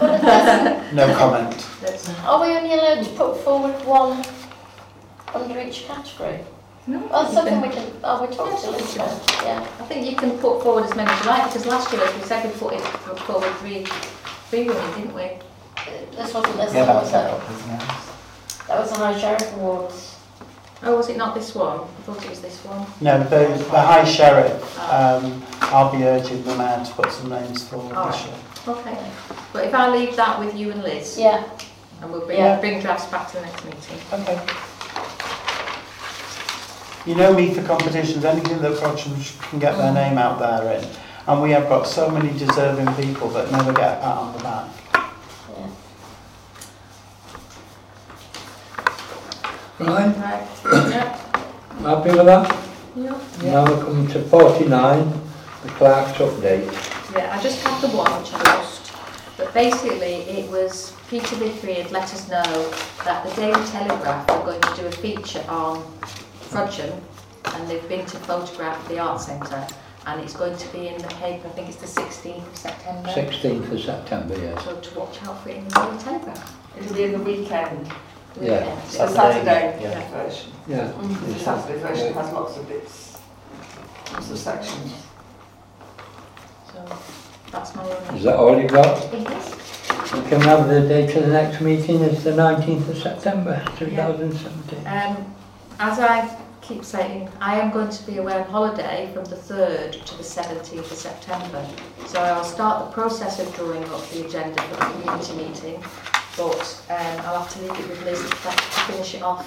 Speaker 4: No comment.
Speaker 2: That's,
Speaker 7: Are we only allowed to put forward one under each category?
Speaker 2: no,
Speaker 7: Well,
Speaker 2: you
Speaker 7: something
Speaker 2: can-
Speaker 7: we can, oh, we talked a little bit, yeah.
Speaker 2: I think you can put forward as many as you like, because last year, as we said, we put it put forward three, three women, didn't we?
Speaker 7: This wasn't this
Speaker 4: Yeah,
Speaker 7: one, was
Speaker 4: that's
Speaker 7: it?
Speaker 4: helpful, isn't it?
Speaker 7: That was the High Sheriff Awards.
Speaker 2: Oh, was it not this one? I thought it was this one.
Speaker 4: No, the, the High Sheriff, um, I'll be urging them out to put some names forward
Speaker 2: All
Speaker 4: this
Speaker 2: right.
Speaker 4: year.
Speaker 2: Okay. But if I leave that with you and Liz,
Speaker 7: Yeah,
Speaker 2: and we'll bring,
Speaker 7: Yeah.
Speaker 2: bring drafts back to the next meeting.
Speaker 7: okay.
Speaker 4: You know me for competitions, anything that Frodsham can get their name out there in. And we have got so many deserving people that never get a pat on the back.
Speaker 1: Right,
Speaker 2: Right. yeah.
Speaker 1: happy with that?
Speaker 2: Yeah.
Speaker 1: Now we come to 49, the clerk's update.
Speaker 2: Yeah, I just had the one which I lost. But basically, it was Peter Vickery had let us know that the Daily Telegraph were going to do a feature on Frodsham, and they've been to photograph the art centre, and it's going to be in the paper, I think it's the 16th of September.
Speaker 1: 16th of September, yes.
Speaker 2: So to watch out for it in the Daily Telegraph.
Speaker 6: It'll be in the weekend,
Speaker 1: Yeah.
Speaker 2: Weekend.
Speaker 6: the Saturday
Speaker 4: yeah.
Speaker 6: version.
Speaker 1: Yeah.
Speaker 6: The Saturday version has lots of bits, lots of sections.
Speaker 2: So that's my only.
Speaker 1: Is that all you got?
Speaker 2: Yes.
Speaker 1: We can have the date of the next meeting is the 19th of September 2017.
Speaker 2: Um, as I keep saying, I am going to be away on holiday from the 3rd to the 17th of September. So I'll start the process of drawing up the agenda for the community meeting, but um, I'll have to leave it with Liz to fi- to finish it off.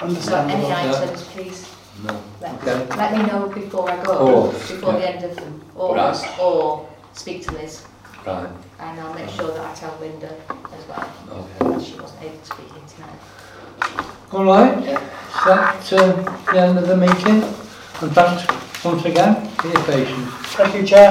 Speaker 2: So any
Speaker 4: Understandable.
Speaker 1: yeah.
Speaker 2: items, please,
Speaker 1: No.
Speaker 2: let,
Speaker 1: Okay.
Speaker 2: let me know before I go,
Speaker 1: Oh,
Speaker 2: before the end of August, or speak to Liz,
Speaker 1: Right.
Speaker 2: and I'll make sure that I tell Linda as well,
Speaker 1: Okay.
Speaker 2: that she wasn't able to be here tonight.
Speaker 1: All right. That's uh, the end of the meeting. And thanks once again for your patience.
Speaker 4: Thank you, Chair.